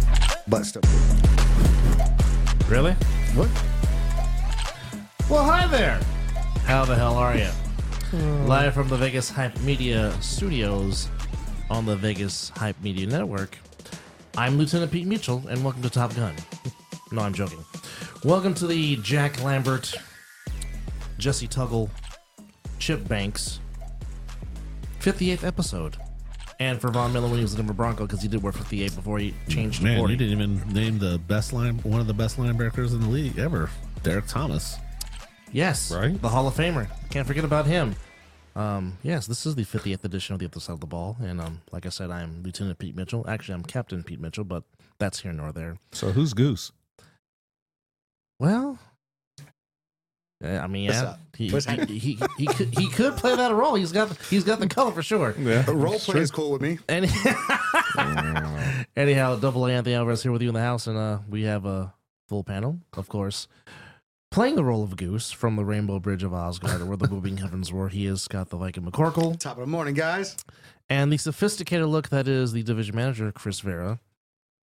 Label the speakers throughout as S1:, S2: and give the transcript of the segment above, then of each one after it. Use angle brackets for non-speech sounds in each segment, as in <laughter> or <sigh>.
S1: that stuff. Did.
S2: Really?
S1: What?
S2: Well, hi there. How the hell are you?
S1: Hmm.
S2: Live from the Vegas Hype Media Studios on the Vegas Hype Media Network. I'm Lieutenant Pete Mitchell, and welcome to Top Gun. No, I'm joking. Welcome to the Jack Lambert, Jesse Tuggle, Chip Banks, 58th episode. And for Von Miller when he was the Denver Bronco, because he did wear 58 before he changed to
S3: Man,
S2: 40.
S3: you didn't even name the best line, one of the best linebackers in the league ever, Derek Thomas.
S2: Yes,
S3: Right?
S2: The Hall of Famer. Can't forget about him. Um, yes, this is the 50th edition of the Other Side of the Ball, and um, like I said, I'm Lieutenant Pete Mitchell. Actually, I'm Captain Pete Mitchell, but that's here nor there.
S3: So who's Goose?
S2: Well, eh, I mean,
S1: What's
S2: yeah,
S1: up?
S2: he,
S1: What's
S2: he, he, he, could he could play that role. He's got he's got the color for sure.
S3: Yeah,
S1: The Uh, role play is cool with me.
S2: Any, <laughs> anyhow, double A Anthony Alvarez here with you in the house, and uh, we have a full panel, of course. Playing the role of Goose from the Rainbow Bridge of Asgard, or where the moving heavens were, he is Scott the Viking McCorkle,
S1: Top of the morning, guys.
S2: and the sophisticated look that is the division manager Chris Vera.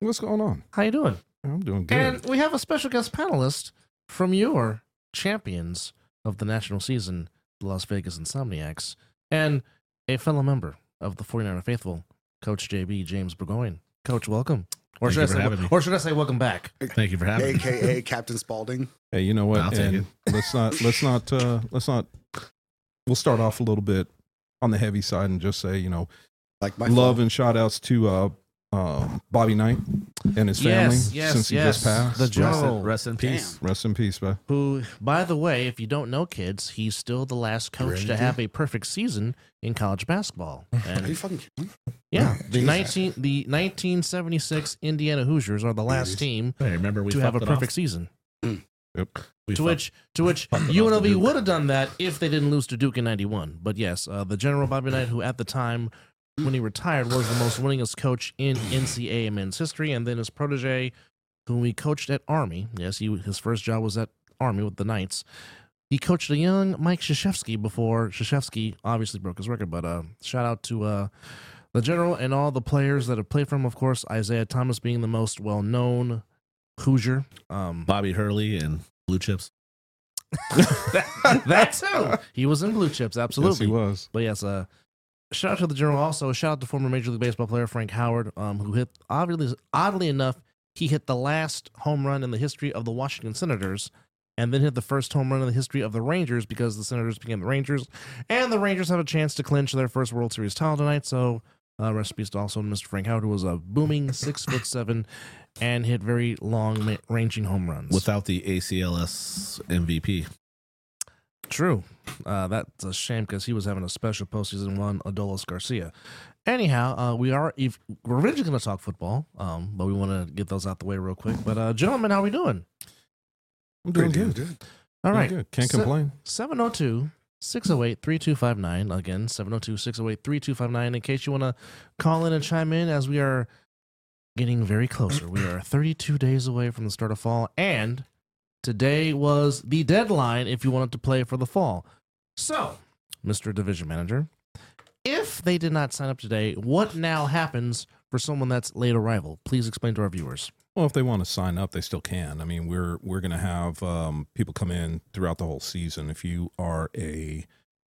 S4: What's going on?
S2: How you doing?
S4: I'm doing good.
S2: And we have a special guest panelist from your champions of the national season, the Las Vegas Insomniacs, and a fellow member of the 49er Faithful, Coach JB James Burgoyne. Coach, welcome. Or
S3: Thank
S2: should,
S3: you
S2: I
S3: for
S2: say,
S3: having me.
S2: or should I say welcome back?
S3: Thank you for having me. <laughs>
S1: AKA Captain Spaulding.
S4: hey, you know what?
S3: I'll take
S4: And let's not let's not uh let's not we'll start off a little bit on the heavy side and just say, you know,
S1: Like my
S4: love and shout outs to uh uh Bobby Knight and his family
S2: Yes, yes,
S4: since he
S2: yes.
S4: just passed.
S2: The Joe-
S3: Rest,
S2: Oh.
S3: in, rest in peace.
S4: Rest in peace, man.
S2: Who, by the way, if you don't know kids, he's still the last coach to
S3: Really?
S2: have a perfect season in college basketball.
S1: Are you
S2: And
S1: fucking kidding me?
S2: yeah, the
S1: Jesus.
S2: 19 the 1976 Indiana Hoosiers are the last team
S3: Hey, remember we
S2: to have a
S3: fucked it off?
S2: perfect season.
S4: Yep.
S3: We
S2: to
S3: fucked-
S2: which to which
S3: fucked it off the
S2: UNLV
S3: Duke.
S2: would have done that if they didn't lose to Duke in '91. But yes, uh, the General Bobby Knight, who at the time when he retired was the most winningest coach in NCAA men's history, and then his protege, whom he coached at Army. Yes, he his first job was at Army with the Knights. He coached a young Mike Krzyzewski before Krzyzewski obviously broke his record. But uh, shout out to uh, the general and all the players that have played for him. Of course, Isaiah Thomas being the most well-known Hoosier. Um,
S3: Bobby Hurley and Blue Chips.
S2: that, that too. He was in blue chips, absolutely.
S4: Yes, he was.
S2: But yes, uh, shout out to the general. Also, shout out to former Major League Baseball player Frank Howard, um, who hit oddly, oddly enough, he hit the last home run in the history of the Washington Senators, and then hit the first home run in the history of the Rangers because the Senators became the Rangers, and the Rangers have a chance to clinch their first World Series title tonight. So. Uh, rest in peace to also Mr. Frank Howard, who was a booming six foot seven, and hit very long, ma- ranging home runs.
S3: Without the ACLS MVP.
S2: True. Uh, that's a shame because he was having a special postseason one, Adolis Garcia. Anyhow, uh, we are if we're originally going to talk football, um, but we want to get those out the way real quick. But uh, gentlemen, how we doing?
S4: I'm doing
S1: Pretty damn
S4: good.
S1: good.
S2: All
S4: Doing
S2: right, oh
S4: good. Can't
S2: So-
S4: complain.
S2: 702 608 3259. Again, 702 608 3259. In case you want to call in and chime in, as we are getting very closer. We are 32 days away from the start of fall, and today was the deadline if you wanted to play for the fall. So, Mr. Division Manager, if they did not sign up today, what now happens for someone that's late arrival? Please explain to our viewers.
S4: Well, if they want to sign up, they still can. I mean, we're we're going to have um, people come in throughout the whole season. If you are a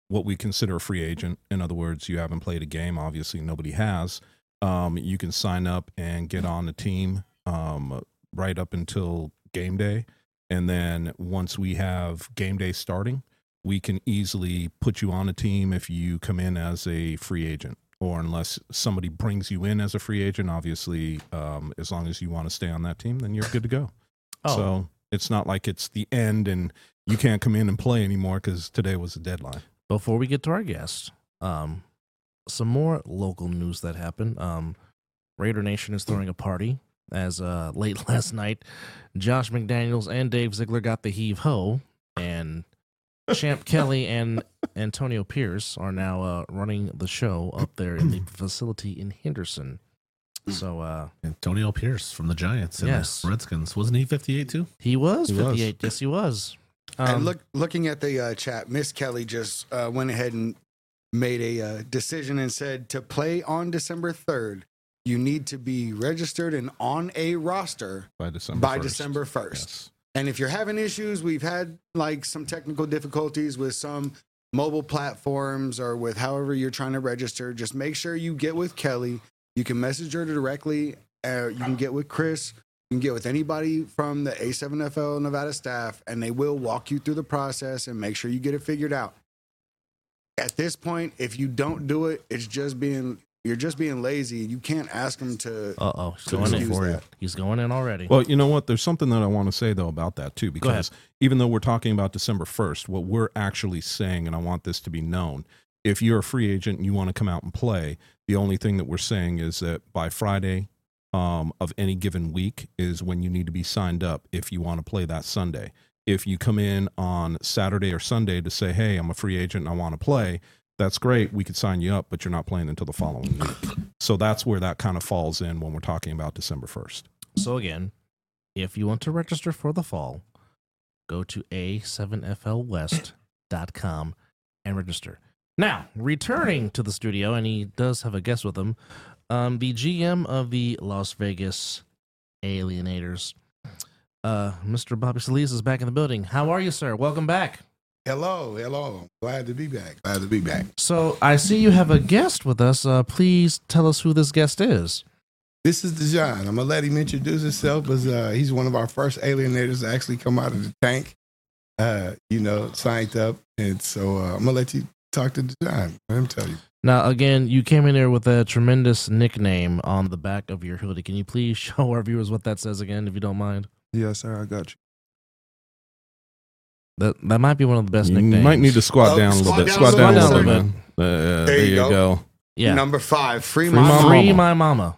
S4: what we consider a free agent, in other words, you haven't played a game. Obviously, nobody has. Um, you can sign up and get on the team um, right up until game day, and then once we have game day starting, we can easily put you on a team if you come in as a free agent or unless somebody brings you in as a free agent obviously um, as long as you want to stay on that team then you're good to go so it's not like it's the end and you can't come in and play anymore because today was the deadline
S2: before we get to our guest, um, some more local news that happened. Um, Raider Nation is throwing a party as uh, late <laughs> last night, Josh McDaniels and Dave Ziegler got the heave ho, and Champ Kelly and Antonio Pierce are now uh, running the show up there in the facility in Henderson. So uh,
S3: Antonio Pierce from the Giants and
S2: Yes.
S3: the Redskins. Wasn't he 58 too?
S2: he was Um,
S4: He was.
S2: 58. Yes, he was.
S3: Um,
S1: and look, looking at the uh, chat, Miss Kelly just uh, went ahead and made a uh, decision and said to play on December 3rd. you need to be registered and on a roster
S4: by December.
S1: by
S4: 1st.
S1: December 1st.
S4: Yes.
S1: And if you're having issues, we've had like some technical difficulties with some mobile platforms or with however you're trying to register. Just make sure you get with Kelly. You can message her directly. Uh, you can get with Chris. You can get with anybody from the A7FL Nevada staff, and they will walk you through the process and make sure you get it figured out. At this point, if you don't do it, it's just being you're just being lazy. You can't ask them to
S2: Uh oh, he's
S1: to
S2: going in.
S1: excuse
S3: for it.
S1: that.
S2: He's going in already.
S4: Well, you know what? There's something that I want to say though about that too,
S2: Go ahead.
S4: because even though we're talking about December 1st, what we're actually saying, and I want this to be known, if you're a free agent and you want to come out and play, the only thing that we're saying is that by Friday um, of any given week is when you need to be signed up if you want to play that Sunday. If you come in on Saturday or Sunday to say, "Hey, I'm a free agent and I want to play," that's great. We could sign you up, but you're not playing until the following week. So that's where that kind of falls in when we're talking about December 1st.
S2: So again, if you want to register for the fall, go to a7flwest.com and register. Now, returning to the studio, and he does have a guest with him, um, the GM of the Las Vegas Alienators, uh, Mr. Bobby Solis is back in the building. How are you, sir? Welcome back.
S5: Hello, hello. Glad to be back. Glad to be back.
S2: So I see you have a guest with us. Uh, please tell us who this guest is.
S5: This is Dejan. I'm gonna let him introduce himself, but uh, he's one of our first alienators to actually come out of the tank. Uh, you know, signed up, and so uh, I'm gonna let you talk to Dejan. Let him tell you.
S2: Now, again, you came in here with a tremendous nickname on the back of your hoodie. Can you please <laughs> show our viewers what that says again, if you don't mind?
S6: Yes, sir. I got you.
S2: That that might be one of the best
S4: You
S2: nicknames.
S4: might need to squat
S1: Oh,
S4: down a
S1: squat
S4: little bit.
S1: down
S4: Squat
S1: a
S4: down a
S2: little
S4: little bit. Uh, there you go.
S2: yeah.
S1: number five. Free,
S4: Free
S1: my
S4: mama.
S1: mama.
S2: Free my mama.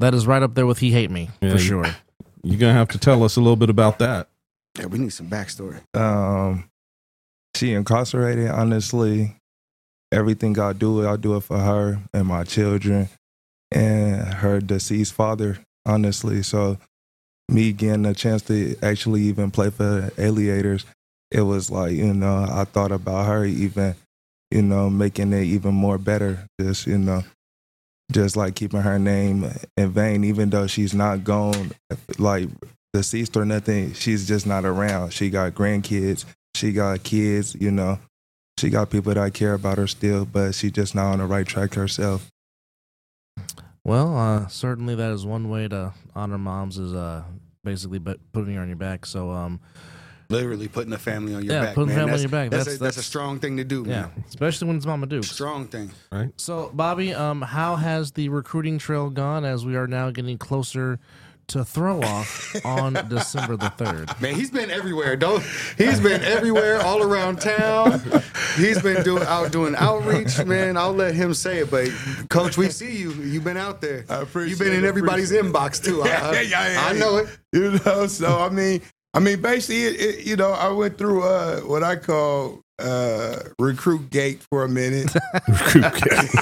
S2: That is right up there with he hate me
S4: Yeah,
S2: for
S4: you-
S2: sure.
S4: <laughs> You're gonna have to tell us a little bit about that.
S1: Yeah, we need some backstory.
S6: Um, she incarcerated. Honestly, everything I do, I do it for her and my children, and her deceased father. Honestly, so me getting a chance to actually even play for the Aliators, it was like you know I thought about her even, you know, making it even more better. Just you know. Just like keeping her name in vain, even though she's not gone, like deceased or nothing. She's just not around. She got grandkids. She got kids. You know, she got people that care about her still, but she just not on the right track herself. <clears throat>
S2: Well, uh, certainly that is one way to honor moms is uh, basically but putting her on your back. So um,
S1: Literally putting the family on your
S2: yeah,
S1: back.
S2: putting
S1: man.
S2: family
S1: That's-
S2: on your back.
S1: That's,
S2: That's
S1: a, that's a strong thing to do,
S2: Yeah,
S1: man.
S2: especially when it's Mama Dukes.
S1: Strong thing.
S2: So, Bobby, um, how has the recruiting trail gone as we are now getting closer to throw off on December the 3rd?
S1: Man, he's been everywhere. Don't <laughs> he's been everywhere, all around town. He's been doing out doing outreach, man. I'll let him say it, but coach, we see you. You've been out there.
S5: I appreciate
S1: You've been in
S5: it,
S1: everybody's
S5: appreciate it. <laughs>
S1: inbox too. I, I,
S5: Yeah, yeah, yeah,
S1: I
S5: yeah.
S1: know it.
S5: you know so i mean i mean basically it, it, you know i went through uh what i call uh recruit gate for a
S4: <laughs>
S5: minute recruit gate <laughs>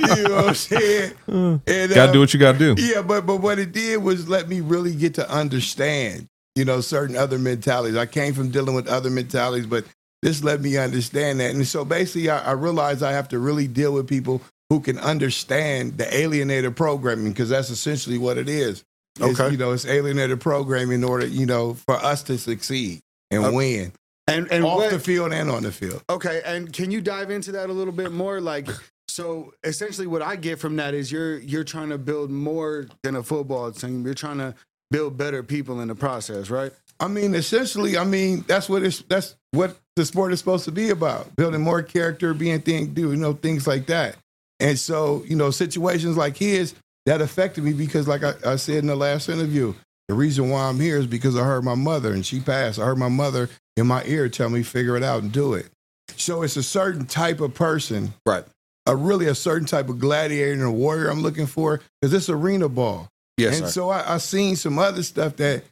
S5: you know what i'm
S4: <laughs>
S5: saying and
S4: Gotta
S5: uh,
S4: do what you gotta do.
S5: yeah but but what it did was let me really get to understand you know certain other mentalities i came from dealing with other mentalities but this let me understand that and so basically i, I realized i have to really deal with people who can understand the alienator programming because that's essentially what it is It's,
S1: Okay.
S5: you know, it's alienated programming in order, you know, for us to succeed and
S1: Okay.
S5: win
S1: Uh, And and
S5: off
S1: what,
S5: the field and on the field.
S1: Okay, and can you dive into that a little bit more? Like, so essentially, what I get from that is you're you're trying to build more than a football team. You're trying to build better people in the process, right?
S5: I mean, essentially, I mean, that's what it's that's what the sport is supposed to be about. Building more character, being thing do, you know, things like that. And so, you know, situations like his that affected me because like I, I said in the last interview, the reason why I'm here is because I heard my mother and she passed. I heard my mother in my ear tell me figure it out and do it. So it's a certain type of person.
S1: Right.
S5: A really a certain type of gladiator and a warrior I'm looking for because it's arena ball and so I, I seen some other stuff that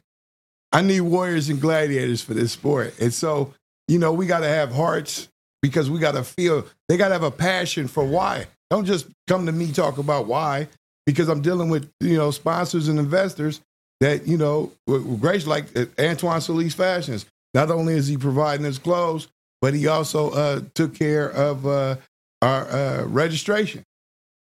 S5: I need warriors and gladiators for this sport. And so, you know, we got to have hearts because we got to feel, they got to have a passion for why. Don't just come to me talk about why, because I'm dealing with, you know, sponsors and investors that, you know, were- were great, like uh, Antoine Solis Fashions. Not only is he providing his clothes, but he also uh, took care of uh, our uh, registration.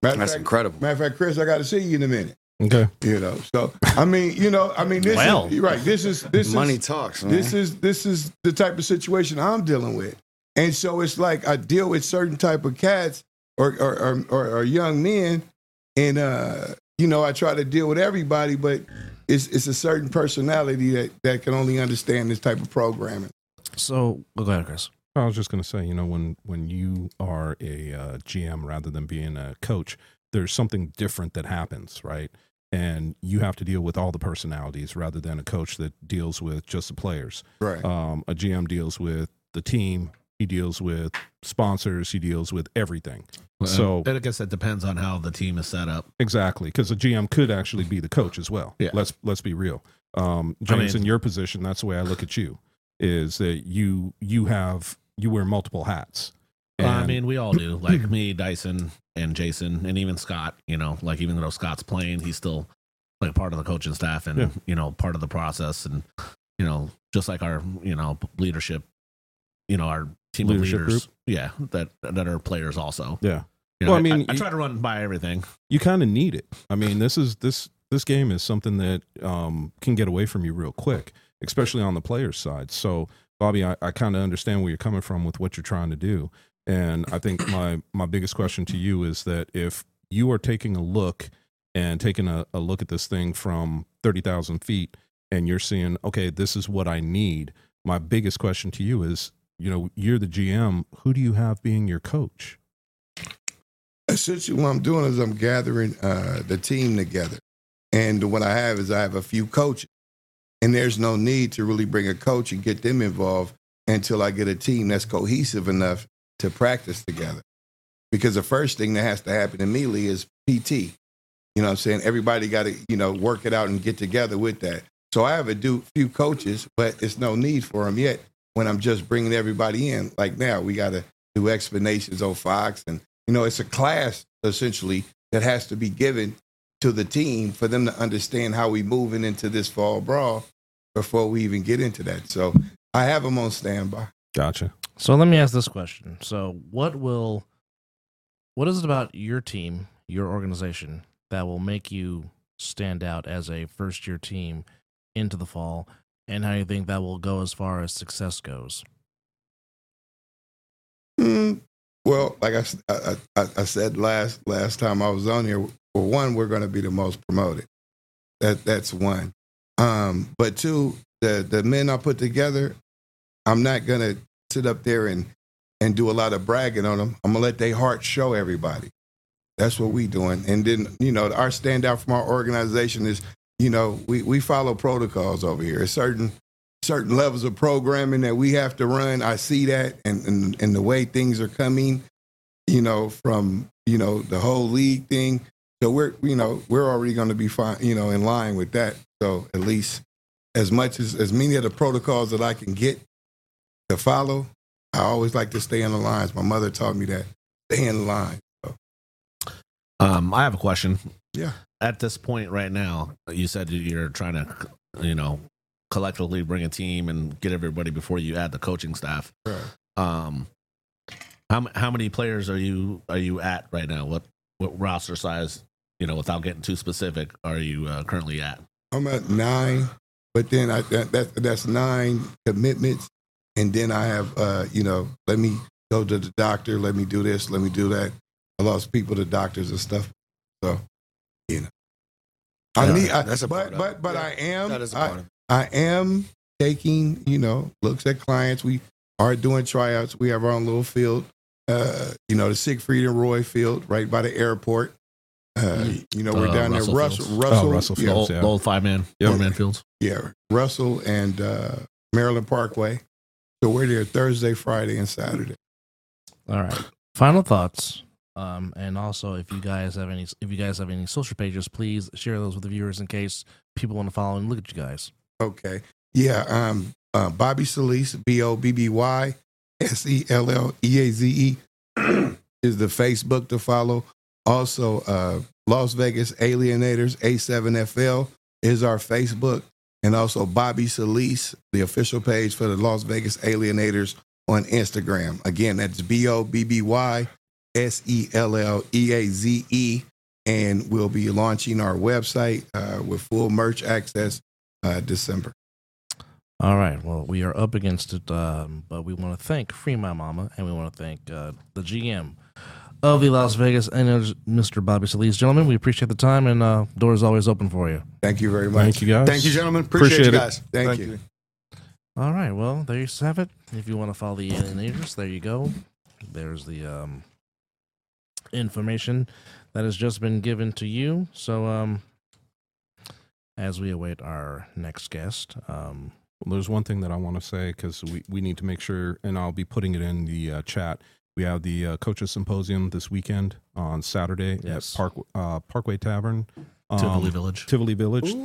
S5: Matter of
S1: That's
S5: fact-
S1: incredible.
S5: Matter of fact, Chris, I got to see you in a minute.
S4: Okay.
S5: You know, so I mean, you know, I mean, this
S2: Well.
S5: is you're right. This is this
S1: Money
S5: is
S1: talks. Man.
S5: this is this is the type of situation I'm dealing with, and so it's like I deal with certain type of cats or or or, or, or young men, and uh, you know, I try to deal with everybody, but it's it's a certain personality that that can only understand this type of programming.
S2: So well, go ahead, Chris.
S4: I was just going to say, you know, when when you are a uh, GM rather than being a coach, there's something different that happens, right? And you have to deal with all the personalities rather than a coach that deals with just the players.
S5: Right.
S4: Um, a GM deals with the team. He deals with sponsors. He deals with everything. So-
S3: and Um, I guess that depends on how the team is set up.
S4: Exactly, because a GM could actually be the coach as well.
S3: Yeah.
S4: Let's let's be real. Um, James,
S2: mean-
S4: in your position, that's the way I look at you. Is that you? You have you wear multiple hats.
S3: Well, I
S4: And-
S3: mean, we all do. Like me, Dyson, and Jason, and even Scott. You know, like even though Scott's playing, he's still like part of the coaching staff and
S4: Yeah.
S3: you know part of the process. And you know, just like our you know leadership, you know our team
S4: Leadership
S3: of leaders, yeah, that that are players also.
S4: Yeah.
S3: You
S4: Well,
S3: know,
S4: I
S3: I
S4: mean,
S3: mean, I,
S4: you-
S3: try to run by everything.
S4: you kind of need it. I mean, this is this this game is something that um, can get away from you real quick, especially on the player's side. So, Bobby, I, I kind of understand where you're coming from with what you're trying to do, and I think my my biggest question to you is that if you are taking a look and taking a, a look at this thing from thirty thousand feet, and you're seeing, okay, this is what I need. My biggest question to you is, you know, you're the GM. Who do you have being your coach?
S5: essentially what I'm doing is I'm gathering uh, the team together. And what I have is I have a few coaches. And there's no need to really bring a coach and get them involved until I get a team that's cohesive enough to practice together. Because the first thing that has to happen immediately is PT. You know what I'm saying? Everybody got to, you know, work it out and get together with that. So I have a do, few coaches, but it's no need for them yet when I'm just bringing everybody in. Like now, we got to do explanations on Fox and you know, it's a class essentially that has to be given to the team for them to understand how we moving into this fall brawl before we even get into that. So I have them on standby.
S4: Gotcha.
S2: So let me ask this question. So what will what is it about your team, your organization, that will make you stand out as a first year team into the fall and how you think that will go as far as success goes?
S5: Mm, well, like I, s- I- I- I said last last time I was on here, well, one, we're going to be the most promoted. That that's one. Um, but two, the the men I put together, I'm not going to sit up there and and do a lot of bragging on them. I'm going to let their heart show everybody. That's what we doing. And then you know, our standout from our organization is, you know, we we follow protocols over here. It's certain certain levels of programming that we have to run. I see that and, and, and the way things are coming, you know, from, you know, the whole league thing. So we're, you know, we're already going to be fine, you know, in line with that. So at least as much as, as many of the protocols that I can get to follow, I always like to stay in the lines. My mother taught me that. Stay in line.
S3: Um, I have a question.
S5: Yeah.
S3: At this point, right now, you said that you're trying to, you know, collectively bring a team and get everybody before you add the coaching staff. um how m- how many players are you are you at right now what what roster size you know without getting too specific are you uh, currently at
S5: I'm at nine, but then I that, that that's nine commitments, and then I have uh, you know, let me go to the doctor, let me do this, let me do that. I lost people to doctors and stuff, so you know, I
S1: Yeah,
S5: need. I,
S1: that's a part
S5: but
S1: of
S5: but
S1: it.
S5: but
S1: Yeah,
S5: I am.
S1: that is a
S5: I-
S1: part of it.
S5: I am taking, you know, looks at clients. We are doing tryouts. We have our own little field, uh, you know, the Siegfried and Roy Field right by the airport. Uh,
S1: Mm.
S5: you know, we're
S3: Uh,
S5: down
S3: Russell
S5: there. Russell,
S3: Fields.
S5: Russell,
S4: Oh, Russell
S5: yeah,
S3: the
S4: Fields.
S3: old,
S4: yeah.
S3: the old five man
S4: Yeah.
S3: four man fields
S5: yeah, Russell and uh, Maryland Parkway. So we're there Thursday, Friday, and Saturday.
S2: All right. Final thoughts. Um, and also, if you guys have any, if you guys have any social pages, please share those with the viewers in case people want to follow and look at you guys.
S5: Okay. Yeah. Um, uh, Bobby Solis, B O B B Y S E L L E A Z E, <clears throat> is the Facebook to follow. Also, uh, Las Vegas Alienators A7FL is our Facebook. And also, Bobby Solis, the official page for the Las Vegas Alienators on Instagram. Again, that's B O B B Y S E L L E A Z E. And we'll be launching our website uh, with full merch access uh, December.
S2: All right. Well, we are up against it, um, but we want to thank Free My Mama and we want to thank uh, the GM of the Las Vegas and Mr. Bobby Solis. Gentlemen, we appreciate the time and uh, door is always open for you.
S5: Thank you very much.
S4: Thank you guys.
S1: Thank you, gentlemen. Appreciate,
S4: Appreciate
S1: you
S4: it.
S1: guys.
S5: Thank,
S6: Thank
S5: you.
S6: you.
S2: All right. Well, there you have it. If you want to follow the alien agents, there you go. There's the um, information that has just been given to you. So, um, as we await our next guest, um,
S4: Well, there's one thing that I want to say because we, we need to make sure, and I'll be putting it in the uh, chat. We have the uh, coaches symposium this weekend on Saturday
S2: Yes.
S4: at Park uh, Parkway Tavern, um,
S3: Tivoli Village.
S4: Tivoli Village.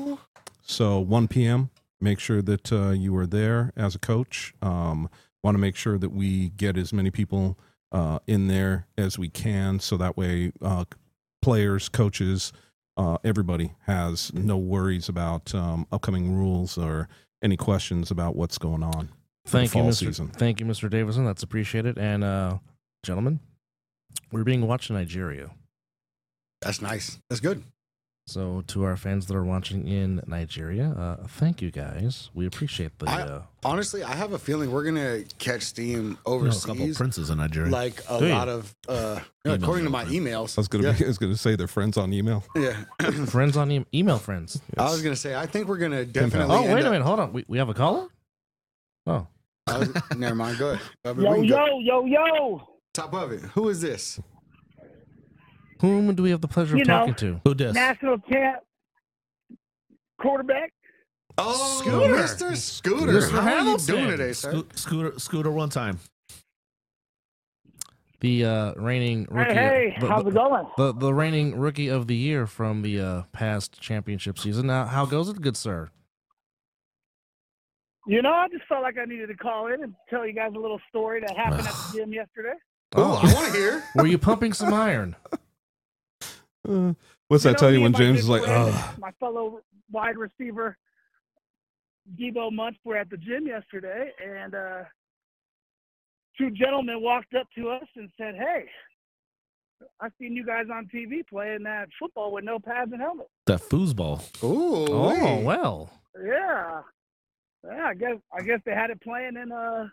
S4: So 1 p.m. Make sure that uh, you are there as a coach. Um, Want to make sure that we get as many people uh, in there as we can, so that way uh, players, coaches, uh, everybody has no worries about um, upcoming rules or any questions about what's going on. for the
S2: thank you,
S4: fall
S2: Mr.
S4: season.
S2: Thank you, Mr. Davison. That's appreciated. And, uh, gentlemen, we're being watched in Nigeria.
S1: That's nice. That's good.
S2: So, to our fans that are watching in Nigeria, uh, thank you guys. We appreciate the.
S1: I-
S2: uh,
S1: Honestly, I have a feeling we're gonna catch steam
S3: You know, a couple
S1: overseas. <coughs>
S3: princes in Nigeria.
S1: like a
S2: Do you?
S1: lot of, uh, yeah,
S3: Emails
S1: according to
S3: are
S1: my
S3: open.
S1: emails.
S4: I was gonna
S1: yeah,
S4: be, I was gonna say they're friends on email.
S1: yeah.
S2: friends on e- email friends.
S1: I was gonna say I think we're gonna
S4: pounds.
S1: definitely.
S2: Oh,
S1: end
S2: wait a
S1: up-
S2: minute. Hold on. We, we have a caller? Oh.
S1: I
S2: <laughs>
S1: was- never mind. Go ahead. I mean, we
S7: Yo,
S1: can go-
S7: yo, yo, yo.
S1: Top of it. Who is this?
S2: Whom do we have the pleasure
S7: You
S2: of
S7: know.
S2: talking to?
S3: Who dis?
S7: National champ quarterback.
S1: Oh,
S2: Scooter.
S1: Mr. Scooter.
S2: Mr.
S1: How are you
S2: Hamilton.
S1: doing today, sir?
S3: Scoot- Scooter, scooter, one time.
S2: The uh, reigning rookie.
S7: hey, hey,
S2: the,
S7: how's
S2: the,
S7: it going?
S2: The, the reigning rookie of the year from the uh, past championship season. Now, how goes it, good sir?
S7: You know, I just felt like I needed to call in and tell you guys a little story that happened at
S3: <sighs>
S7: the gym yesterday.
S1: Oh, I want to hear.
S2: Were you pumping some iron?
S4: Uh, what's
S7: You
S4: that
S7: know,
S4: tell you
S7: me
S4: when
S7: and my
S4: James
S7: good
S4: is like,
S7: friend,
S4: oh,
S7: my fellow wide receiver, Debo Munch, were at the gym yesterday, and uh, two gentlemen walked up to us and said, "Hey, I seen you guys on TV playing that football with no pads and helmets."
S3: That foosball.
S1: Ooh.
S2: Oh, well.
S7: Yeah, yeah. I guess I guess they had it playing in uh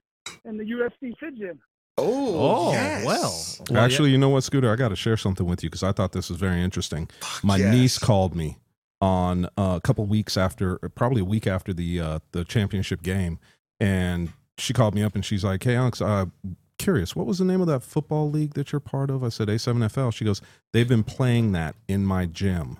S7: in the UFC fit gym.
S1: Oh,
S2: Oh,
S1: yes.
S2: well. well.
S4: Actually, you know what, Scooter? I got to share something with you because I thought this was very interesting. My
S1: yes.
S4: niece called me on uh, a couple weeks after, or probably a week after the uh, the championship game, and she called me up and she's like, "Hey, Alex, uh, curious, what was the name of that football league that you're part of?" I said, "A7FL." She goes, "They've been playing that in my gym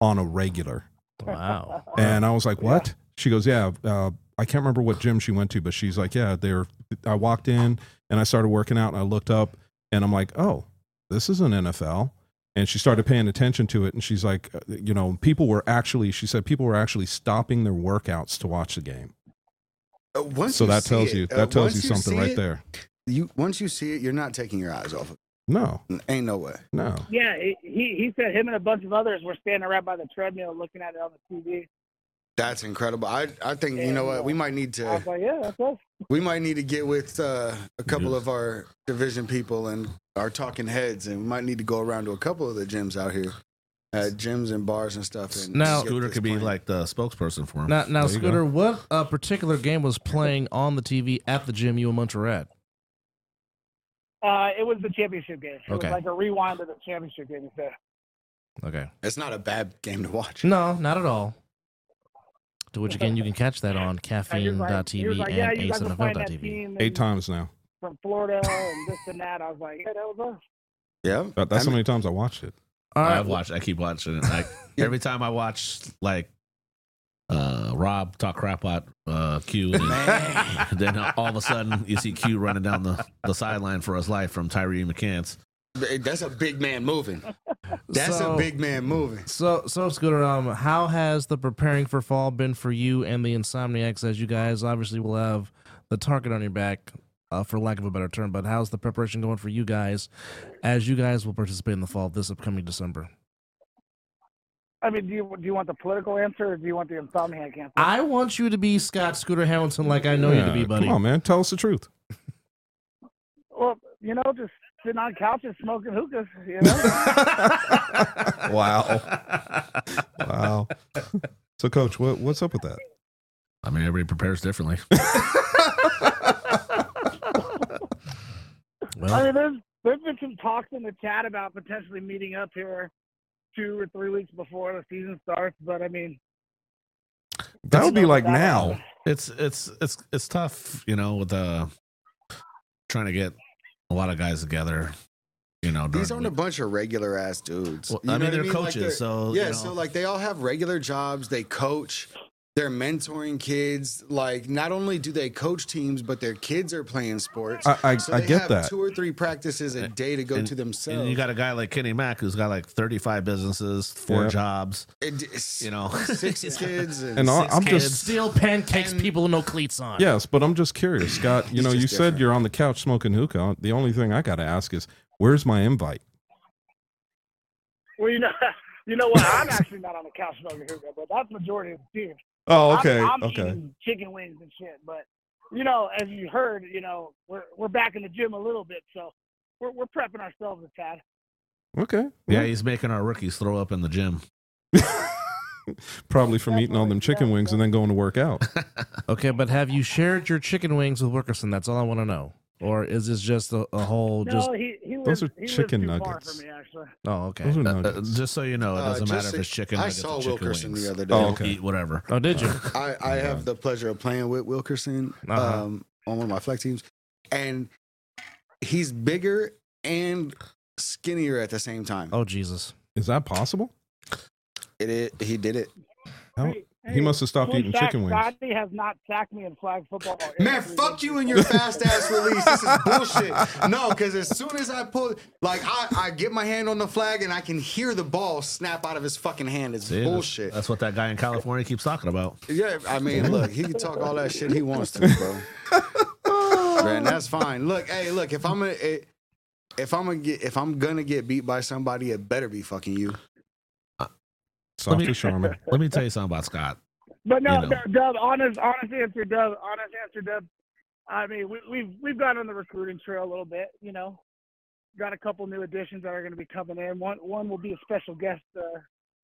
S4: on a regular." <laughs>
S2: Wow.
S4: And I was like, "What?" She goes, "Yeah." Uh, I can't remember what gym she went to, but she's like, "Yeah." They're. I walked in and I started working out, and I looked up, and I'm like, "Oh, this is an NFL." And she started paying attention to it, and she's like, uh, "You know, people were actually." She said, "People were actually stopping their workouts to watch the game."
S1: Uh, once
S4: so
S1: you
S4: that
S1: see
S4: tells
S1: it-
S4: you
S1: uh,
S4: that tells
S1: once
S4: you something
S1: see
S4: right
S1: it,
S4: there.
S1: You once you see it, you're not taking your eyes off of
S4: No,
S1: it. Ain't no way.
S4: no.
S7: Yeah, he he said him and a bunch of others were standing right by the treadmill looking at it on the TV.
S1: That's incredible. I, I think you know what we might need
S7: I
S1: to
S7: was like, yeah, that's us.
S1: we might need to get with uh, a couple
S3: Yeah.
S1: of our division people and our talking heads, and we might need to go around to a couple of the gyms out here, uh, gyms and bars and stuff. And
S2: Now-
S1: get
S3: Scooter
S1: this
S3: could be
S1: plan.
S3: like the spokesperson for him.
S2: Now, now
S4: There you go.
S2: Scooter, what uh, particular game was playing on the TV at the gym you and Munch were at?
S7: Uh, it was the championship game. It
S2: Okay.
S7: was like a rewind of the championship game. he said.
S2: Okay.
S1: it's not a bad game to watch.
S2: No, not at all.
S7: <laughs>
S2: To which, again, you can catch that
S7: And
S2: on
S7: he was like- he
S2: caffeine.tv
S7: was like, yeah,
S2: and
S7: you guys were playing that
S2: acenfl.tv.
S7: team
S4: Eight
S7: and
S4: times now.
S7: from Florida and this and that. I was like, yeah, that was us.
S1: Yeah,
S4: That,
S1: I
S4: that's how
S1: mean,
S4: many times I watched it.
S2: All
S3: I've
S2: right.
S3: watched. I keep watching it.
S4: <laughs>
S3: Like every time I watch, like uh Rob talk crap about uh, Q, and <laughs> then all of a sudden you see Q running down the, the sideline for his life from Tyree McCants.
S1: that's a big man moving. That's
S2: so,
S1: a
S3: <laughs>
S1: big man moving.
S2: So, so Scooter, um, how has the preparing for fall been for you and the Insomniacs? As you guys obviously will have the target on your back, uh, for lack of a better term. But how's the preparation going for you guys, as you guys will participate in the fall this upcoming December?
S7: I mean, do you do you want the political answer or do you want the insomniac answer?
S2: I want you to be Scott Scooter Hamilton, like I know you to
S4: Yeah,
S2: be, buddy.
S4: Come on, man. Tell us the truth.
S7: well, you know, just sitting on couches smoking hookahs. You know,
S4: <laughs> Wow. <laughs> Wow. So, coach, what what's up with that?
S3: I mean, everybody prepares differently.
S7: I
S2: Well,
S7: mean, there's there's been some talks in the chat about potentially meeting up here two or three weeks before the season starts, but I mean,
S4: That would be like now.
S3: it's it's it's it's tough, you know, with uh trying to get a lot of guys together. You know,
S1: These
S3: during
S1: aren't
S3: the
S1: a bunch of regular ass dudes.
S3: Well,
S1: You
S3: I
S1: know
S3: mean,
S1: what
S3: they're
S1: Like,
S3: coaches, so
S1: yeah,
S3: you know,
S1: so like they all have regular jobs. They coach. They're mentoring kids. Like not only do they coach teams, but their kids are playing sports.
S4: I I,
S1: so
S4: I
S1: they
S4: get
S1: have
S4: that.
S1: two or three practices a
S3: And-
S1: day to go
S3: and-
S1: to themselves.
S3: and you got a guy like Kenny Mack who's got like thirty-five businesses, four
S4: Yeah.
S3: jobs.
S1: And it's
S3: You
S2: <laughs>
S3: know,
S1: six <laughs> kids and,
S4: And all-
S1: six
S4: I'm
S2: kids
S4: just-
S2: steal pancakes,
S1: And-
S2: people with no cleats on.
S4: Yes, but I'm just curious,
S1: <coughs>
S4: Scott. You
S1: It's
S4: know, you
S1: just
S4: said
S1: different.
S4: you're on the couch smoking hookah. The only thing I got to ask is, where's my invite?
S7: well, you know, <laughs> you know what? I'm actually not on the couch smoking hookah, but that's majority of the team.
S4: Oh,
S7: I'm-
S4: okay,
S7: I'm,
S4: okay.
S7: eating chicken wings and shit, but you know, as you heard, you know, we're we're back in the gym a little bit, so we're we're prepping ourselves a tad.
S4: Okay.
S3: Yeah, he's making our rookies throw up in
S4: <laughs>
S3: the gym.
S4: Probably from eating all them chicken wings and then going to work out.
S2: Okay, but have you shared your chicken wings with Wilkerson? That's all I want to know. Or is this just a, a whole
S7: No,
S2: just?
S7: he he lives,
S4: those are
S7: he lives
S4: chicken
S7: too
S4: nuggets.
S7: Far from me, actually.
S2: Oh, okay.
S4: Those are
S3: Uh,
S4: nuggets.
S3: just so you know, it
S1: Uh,
S3: doesn't
S1: just
S3: matter if
S1: say-
S3: it's chicken.
S1: I
S3: nuggets or
S1: saw
S3: chicken
S1: Wilkerson
S3: wings.
S1: the other day.
S4: Oh,
S3: They'll
S4: okay.
S3: Eat whatever.
S2: Oh, did you?
S1: <laughs> I, I have the pleasure of playing with Wilkerson
S2: Uh-huh.
S1: um, on one of my flex teams, and he's bigger and skinnier at the same time.
S2: Oh, Jesus.
S4: Is that possible?
S1: It, it- he did it.
S4: Oh, He must have stopped
S7: Fun
S4: eating
S7: fact,
S4: chicken wings.
S7: Scotty has not sacked me in flag football.
S1: Man, fuck you and your fast ass release. This is bullshit. No, because as soon as I pull, like I, I get my hand on the flag and I can hear the ball snap out of his fucking hand. It's
S3: <laughs> See, that's-
S1: bullshit.
S3: That's what that guy in California keeps talking about.
S1: Yeah, I mean, look, he can talk all that shit he wants to, bro. Man, that's fine. Look, hey, look, if I'm gonna eh, if I'm gonna get if I'm gonna get beat by somebody, it better be fucking you.
S4: Soft
S3: me-
S4: as Charmin.
S3: <laughs> Let me tell you something about Scott.
S7: But no,
S3: you know.
S7: no, Dub, honest, honest answer, Dub, honest answer, Dub. I mean, we, we've we've gone on the recruiting trail a little bit, you know. Got a couple new additions that are going to be coming in. One one will be a special guest uh,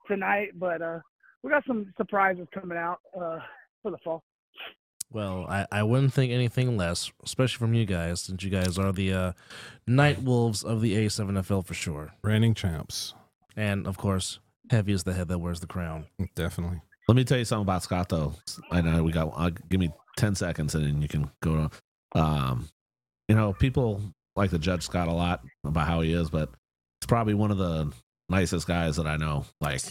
S7: tonight, but uh, we got some surprises coming out uh, for the fall.
S2: Well, I, I wouldn't think anything less, especially from you guys, since you guys are the uh, night wolves of the A7FL for sure.
S4: Reigning champs.
S2: And of course, heavy is the head that wears the crown.
S4: Definitely.
S3: Let me tell you something about Scott though. I know we got. Uh, give me ten seconds and then you can go to. Um, you know, people like to judge Scott a lot about how he is, but he's probably one of the nicest guys that I know. Like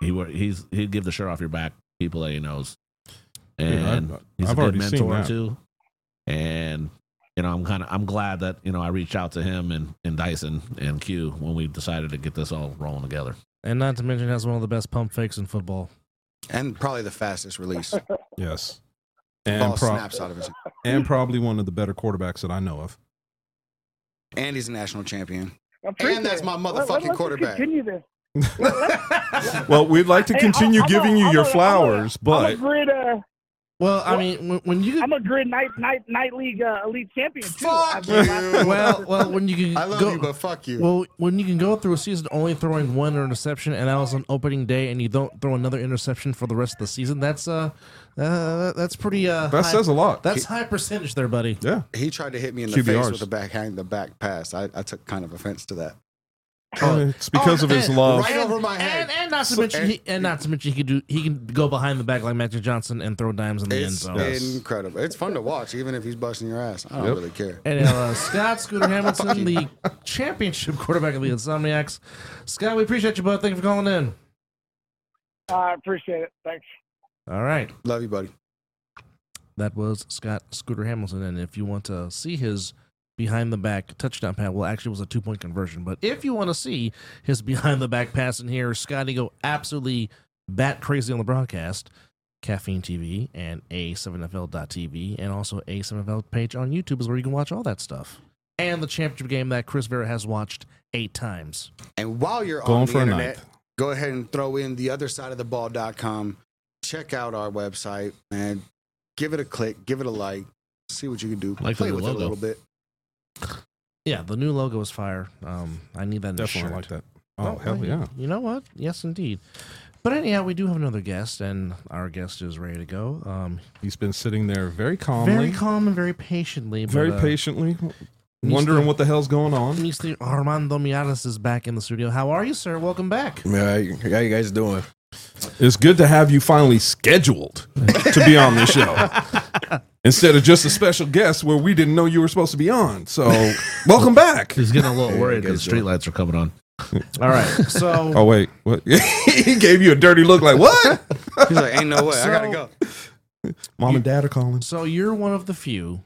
S3: he were, he's he'd give the shirt off your back. People that he knows, and
S4: Dude, I-
S3: he's
S4: I've
S3: a good
S4: already seen
S3: mentor
S4: that.
S3: too. And you know, I'm kind of I'm glad that you know I reached out to him and and Dyson and Q when we decided to get this all rolling together.
S2: And not to mention, has one of the best pump fakes in football.
S1: And probably the fastest release.
S4: yes.
S1: Ball
S4: And, pro-
S1: snaps out of his
S4: and probably one of the better quarterbacks that I know of.
S1: and he's a national champion.
S7: I appreciate
S1: that's
S7: it.
S1: my
S7: Let- let-
S1: motherfucking
S7: let's
S1: quarterback.
S7: Continue this.
S4: Well, we'd like to
S7: Hey,
S4: continue
S7: I'm- I'm
S4: giving
S7: a-
S4: you
S7: I'm
S4: your
S7: a- I'm a-
S4: flowers,
S7: I'm a
S4: but
S7: grid. Uh,
S2: Well, I
S7: Well-
S2: mean, when, when you
S7: I'm a grid night night night league uh, elite champion too.
S1: Fuck
S7: I've been-
S1: you.
S2: well, well, when you can
S1: <laughs> I love
S2: go,
S1: you, but fuck you.
S2: well, when you can go through a season only throwing one interception, and that was on opening day, and you don't throw another interception for the rest of the season, that's uh, uh that's pretty uh,
S4: that
S2: high-
S4: says a lot.
S2: that's high percentage there, buddy.
S4: yeah.
S1: he tried to hit me in the
S4: QBRs.
S1: face with a backhand, the back pass. I, I took kind of offense to that.
S4: Oh,
S2: Oh,
S4: it's because of his
S2: <laughs> and-
S4: love.
S1: Right over my head.
S2: And, and not to mention, he, and not to mention, he could do. He can go behind the back like Magic Johnson and throw dimes in the end
S1: It's
S2: zone.
S1: incredible. It's fun to watch, even if he's busting your ass. I don't
S4: Yep.
S1: really care.
S2: And
S1: <laughs>
S2: uh, Scott Scooter Hamilton, the championship quarterback of the Insomniacs. Scott, we appreciate you, bud. Thank you for calling in.
S7: I appreciate it. Thanks.
S2: All right.
S1: Love you, buddy.
S2: That was Scott Scooter Hamilton. And if you want to see his behind the back touchdown pass, well, actually, it was a two point conversion. But if you want to see his behind the back pass and hear Scotty go absolutely bat crazy on the broadcast, Caffeine TV and A7FL.TV and also A7FL page on YouTube is where you can watch all that stuff. And the championship game that Chris Vera has watched eight times.
S1: And while you're
S4: Going
S1: on the
S4: for a
S1: internet,
S4: ninth.
S1: go ahead and throw in the other side of the ball.com. Check out our website and give it a click, give it a like, see what you can do.
S3: Like
S1: Play
S3: the new
S1: with it
S3: logo.
S1: a little bit.
S2: Yeah, the new logo is fire. Um, I need that. In
S4: Definitely
S2: a shirt.
S4: like that. Oh,
S2: Well,
S4: hell
S2: well,
S4: yeah.
S2: You know what? Yes, indeed. But anyhow, we do have another guest, and our guest is ready to go. Um,
S4: He's been sitting there very calmly,
S2: very calm and very patiently. but,
S4: very
S2: uh,
S4: patiently,
S2: needs
S4: wondering
S2: to-
S4: what the hell's going on.
S2: Mr. Armando Miatis is back in the studio. How are you, sir? Welcome back.
S8: Man, how, how you guys doing?
S4: It's good to have you finally scheduled to be on the show
S8: <laughs>
S4: instead of just a special guest where we didn't know you were supposed to be on. So, Oh, welcome back.
S3: He's getting a little worried
S8: guess
S3: because the streetlights are coming
S8: <laughs>
S3: on.
S2: All right. So,
S4: Oh wait, what? <laughs> he gave you a dirty look like what?
S1: <laughs> He's like, ain't no way. I gotta
S2: So-
S4: <laughs>
S1: go.
S4: Mom and Dad are calling.
S2: so you're one of the few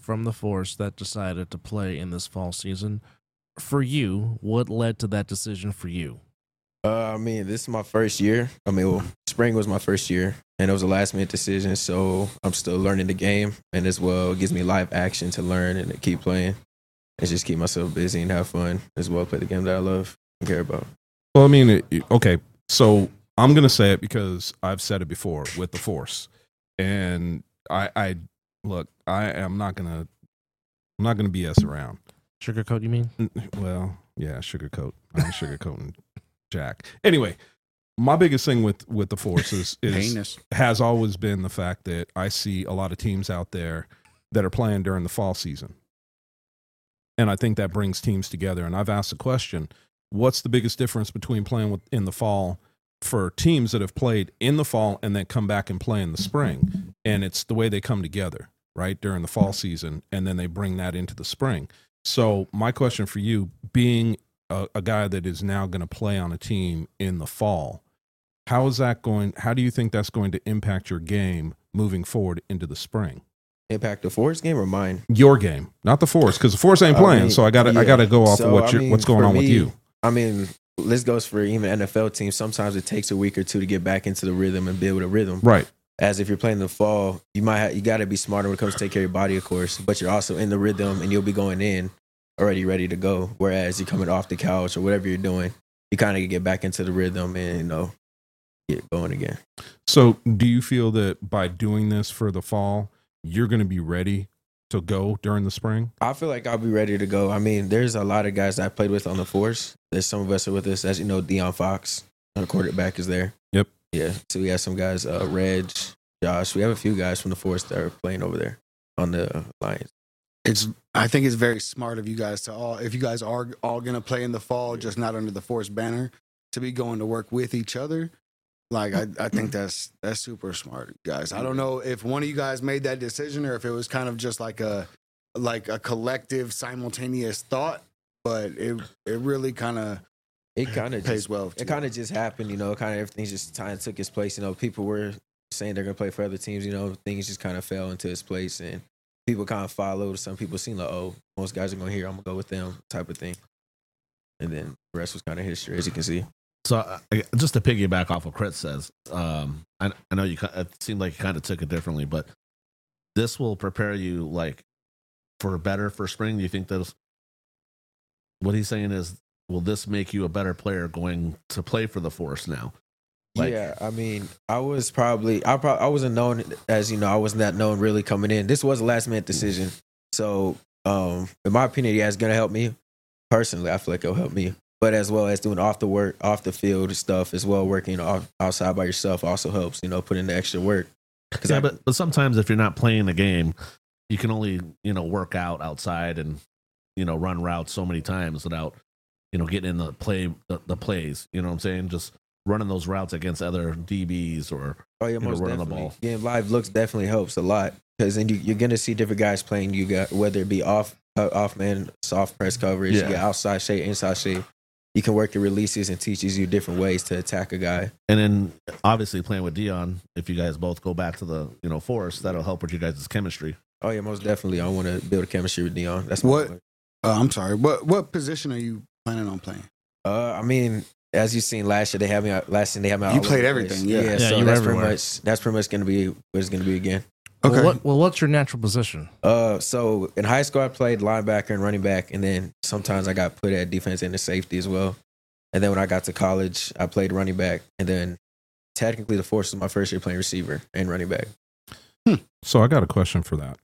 S2: from the force that decided to play in this fall season. For you, what led to that decision for you?
S8: Uh, I mean, this is my first year. I mean, well, spring was my first year, and it was a last minute decision. So I'm still learning the game, and as well, it gives me live action to learn and to keep playing, and just keep myself busy and have fun as well. Play the game that I love and care about.
S4: Well, I mean, it- okay, so I'm gonna say it because I've said it before with the Force, and I, I look, I am not gonna, I'm not gonna BS around.
S2: Sugarcoat, you mean?
S4: Well, yeah, sugarcoat. I'm sugarcoating Jack. Anyway, my biggest thing with with the Force is is
S1: Heinous.
S4: has always been the fact that I see a lot of teams out there that are playing during the fall season. And I think that brings teams together. And I've asked the question what's the biggest difference between playing with, in the fall for teams that have played in the fall and then come back and play in the spring? And it's the way they come together, right, during the fall season. And then they bring that into the spring. So, my question for you being a, a guy that is now going to play on a team in the fall, how is that going how do you think that's going to impact your game moving forward into the spring
S8: Impact the Forest game or mine?
S4: your game not the force because the force ain't
S8: I
S4: playing
S8: mean,
S4: so i gotta i
S8: yeah.
S4: gotta go off
S8: So,
S4: of what
S8: I
S4: you
S8: mean,
S4: what's going
S8: for
S4: on with
S8: me,
S4: you
S8: I mean, this goes for even NFL teams. Sometimes it takes a week or two to get back into the rhythm and build a rhythm.
S4: right
S8: as if you're playing in the fall, you might have, you got to be smarter when it comes to take care of your body, of course, but you're also in the rhythm and you'll be going in already ready to go. Whereas you're coming off the couch or whatever you're doing, you kind of get back into the rhythm and you know get going again.
S4: so do you feel that by doing this for the fall you're going to be ready to go during the spring
S8: I feel like I'll be ready to go. I mean, there's a lot of guys that I played with on the force. There's some of us are with us, as you know, Deion Fox, our quarterback, is there.
S4: Yep.
S8: Yeah. So we have some guys, uh, Reg, Josh. We have a few guys from the force that are playing over there on the Lions.
S1: It's. I think it's very smart of you guys to all. If you guys are all gonna play in the fall, just not under the force banner, to be going to work with each other. Like I, I
S4: <clears throat>
S1: think that's that's super smart, guys.
S4: Mm.
S1: I don't know if one of you guys made that decision or if it was kind of just like a like a collective simultaneous thought, but it it really kind of
S8: It kind of
S1: pays well.
S8: It kind of just happened, you know. Kind of everything just kind of took its place. You know, people were saying they're gonna play for other teams. You know, things just kind of fell into its place, and people kind of followed. Some people seemed like, oh, most guys are gonna hear. I'm gonna go with them, type of thing. And then the rest was kind of history, as you can see.
S3: So uh, I- just to piggyback off what Crit says, um, I, I know you. ki- It seemed like you kind of took it differently, but this will prepare you like for better for spring. Do you think that what he's saying is will this make you a better player going to play for the Force now? Like-
S8: yeah, I mean, I was probably I probably I wasn't known as you know I was not known really coming in. This was a last minute decision, so um, in my opinion, yeah, it's gonna help me personally. I feel like it'll help me, but as well as doing off the work, off the field stuff as well, working off, outside by yourself also helps. You know, put in the extra work. Cause
S3: Yeah,
S8: I-
S3: but, but sometimes if you're not playing the game, you can only you know work out outside and you know run routes so many times without you know getting in the play the, the plays. You know what I'm saying? Just running those routes against other DBs or
S8: Oh yeah,
S3: know,
S8: most
S3: running the
S8: definitely.
S3: ball.
S8: Getting live looks definitely helps a lot because then you, you're gonna see different guys playing. You got whether it be off uh, off man, soft press coverage,
S3: Yeah.
S8: you get outside shape, inside shape. You can work your releases and teaches you different ways to attack a guy.
S3: And then obviously playing with Dion, if you guys both go back to the you know forest, that'll help with your guys' chemistry.
S8: Oh yeah, most definitely. I want to build a chemistry with Dion. That's my
S1: What
S8: goal.
S1: Uh, I'm sorry. What what position are you planning on playing?
S8: Uh, I mean, as you seen last year, they had me out. Last year they had me out.
S1: You
S8: all over
S1: played
S8: the
S1: everything,
S8: place.
S1: yeah.
S8: yeah.
S2: Yeah,
S8: so
S2: you were
S8: that's
S2: everywhere.
S8: pretty much that's pretty much gonna be what it's gonna be again.
S2: Well,
S1: Okay.
S2: what, well, what's your natural position?
S8: Uh, so in high school, I played linebacker and running back, and then sometimes I got put at defense and the safety as well. And then when I got to college, I played running back, and then technically the force was my first year playing receiver and running back.
S4: so i got a question for that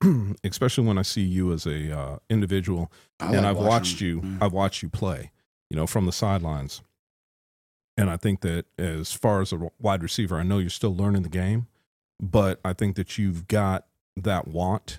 S4: <clears throat> especially when I see you as a uh, individual,
S1: I
S4: and
S1: like
S4: I've
S1: watching Mm.
S4: watched you.
S1: them.
S4: I've watched you play. You know, from the sidelines. And I think that as far as a wide receiver, I know you're still learning the game, but I think that you've got that want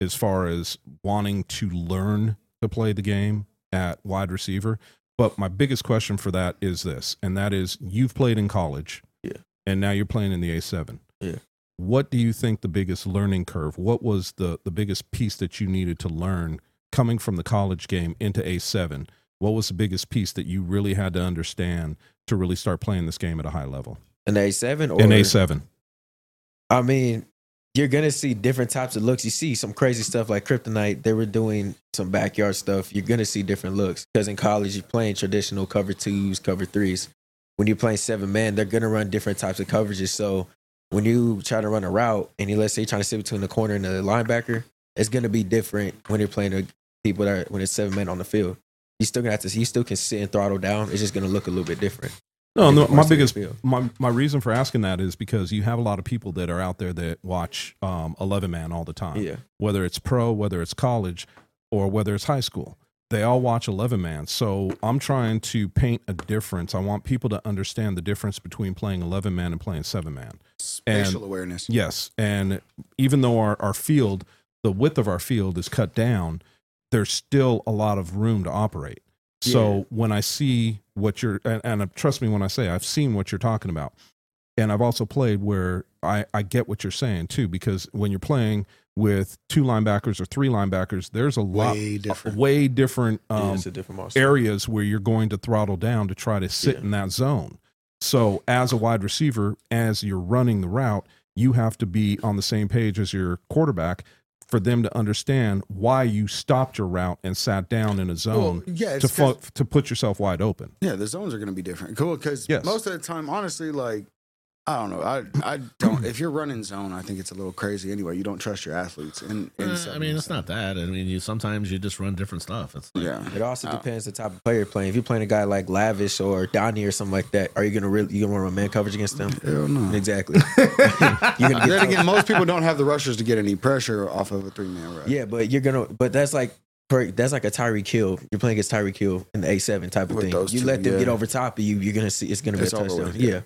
S4: as far as wanting to learn to play the game at wide receiver. But my biggest question for that is this, and that is you've played in college.
S8: Yeah.
S4: And now you're playing in the A7.
S8: Yeah.
S4: What do you think the biggest learning curve? What was the the biggest piece that you needed to learn coming from the college game into A7? What was the biggest piece that you really had to understand to really start playing this game at a high level?
S8: An A seven or
S4: In A7.
S8: I mean, you're gonna see different types of looks. You see some crazy stuff like Kryptonite. They were doing some backyard stuff. You're gonna see different looks because in college you're playing traditional cover twos, cover threes. When you're playing seven man, they're gonna run different types of coverages. So when you try to run a route and you let's say you're trying to sit between the corner and the linebacker, it's gonna be different when you're playing with people that are, when it's seven man on the field. You still gonna have to. You still can sit and throttle down. It's just gonna look a little bit different.
S4: No,
S8: Like
S4: no
S8: the
S4: my
S8: varsity
S4: biggest
S8: field.
S4: my, my reason for asking that is because you have a lot of people that are out there that watch um, 11 man all the time,
S8: Yeah.
S4: whether it's pro, whether it's college, or whether it's high school. They all watch 11 man. So I'm trying to paint a difference. I want people to understand the difference between playing 11 man and playing seven man.
S1: Spatial awareness.
S4: Yes. And even though our, our field, the width of our field is cut down, there's still a lot of room to operate. So when I see what you're, and, and uh, trust me when I say I've seen what you're talking about. And I've also played where I, I get what you're saying too, because when you're playing with two linebackers or three linebackers, there's a lot,
S1: Way different.
S4: way different
S8: Yeah,
S4: um,
S8: it's a different monster.
S4: areas where you're going to throttle down to try to sit
S8: Yeah.
S4: in that zone. So, as a wide receiver, as you're running the route, you have to be on the same page as your quarterback for them to understand why you stopped your route and sat down in a
S1: Well,
S4: zone
S1: yeah,
S4: to
S1: it's 'cause-
S4: fu- to put yourself wide open.
S1: Yeah, the zones are going to be different. Cool, because
S4: Yes.
S1: most of the time, honestly, like I don't know, I I don't. if you're running zone, I think it's a little crazy anyway. You don't trust your athletes, and, and
S3: Eh, I
S1: seven
S3: mean,
S1: on
S3: it's not that. I mean, you sometimes you just run different stuff. It's
S1: seven.
S3: like,
S1: Yeah,
S8: It also
S1: Oh.
S8: depends the type of player you're playing. If you're playing a guy like Lavish or Donnie or something like that, are you gonna really you gonna want to run man coverage against them?
S1: hell no. <laughs>
S8: Exactly. you're gonna
S1: Then
S8: get
S1: again, most people don't have the rushers to get any pressure off of a three man rush.
S8: yeah, but you're gonna but that's like per- that's like a Tyree Kill. You're playing against Tyree Kill in the A seven type of
S1: With
S8: thing.
S1: those
S8: You
S1: two,
S8: let them
S1: yeah.
S8: get over top of you, you're gonna see it's gonna be
S1: It's
S8: a
S1: over
S8: touchdown.
S1: with,
S8: yeah.
S1: yeah.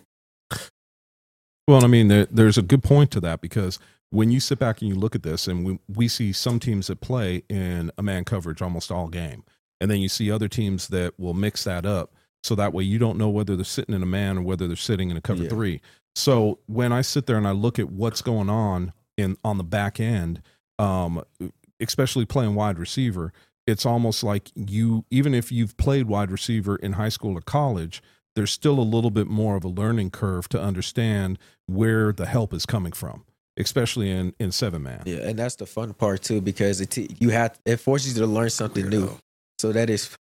S4: Well, I mean, there, there's a good point to that because when you sit back and you look at this, and we, we see some teams that play in a man coverage almost all game, and then you see other teams that will mix that up. So that way you don't know whether they're sitting in a man or whether they're sitting in a cover
S8: Yeah.
S4: three. So when I sit there and I look at what's going on in on the back end, um, especially playing wide receiver, it's almost like you even if you've played wide receiver in high school or college, there's still a little bit more of a learning curve to understand where the help is coming from, especially in in seven man.
S8: Yeah, and that's the fun part too, because it te- you have it forces you to learn something new. So that is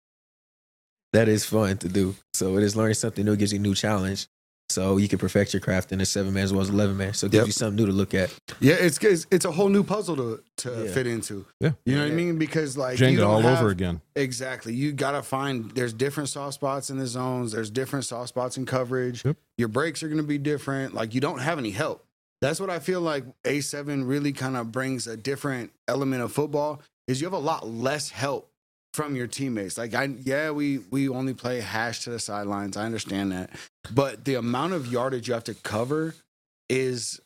S8: that is fun to do. So it is learning something new, gives you a new challenge. So you can perfect your craft in a seven man as well as eleven man. So it gives
S1: Yep.
S8: you something new to look at.
S1: yeah, it's it's, it's a whole new puzzle to to
S8: Yeah.
S1: fit into.
S4: Yeah.
S1: you know what
S8: Yeah.
S1: I mean? Because like you
S4: Jenga
S1: don't
S4: all
S1: have-
S4: over again.
S1: Exactly. You gotta find there's different soft spots in the zones. There's different soft spots in coverage.
S4: Yep.
S1: Your breaks are gonna be different. Like you don't have any help. That's what I feel like A7 really kind of brings a different element of football is you have a lot less help from your teammates. Like I yeah, we we only play hash to the sidelines. I understand that. But the amount of yardage you have to cover is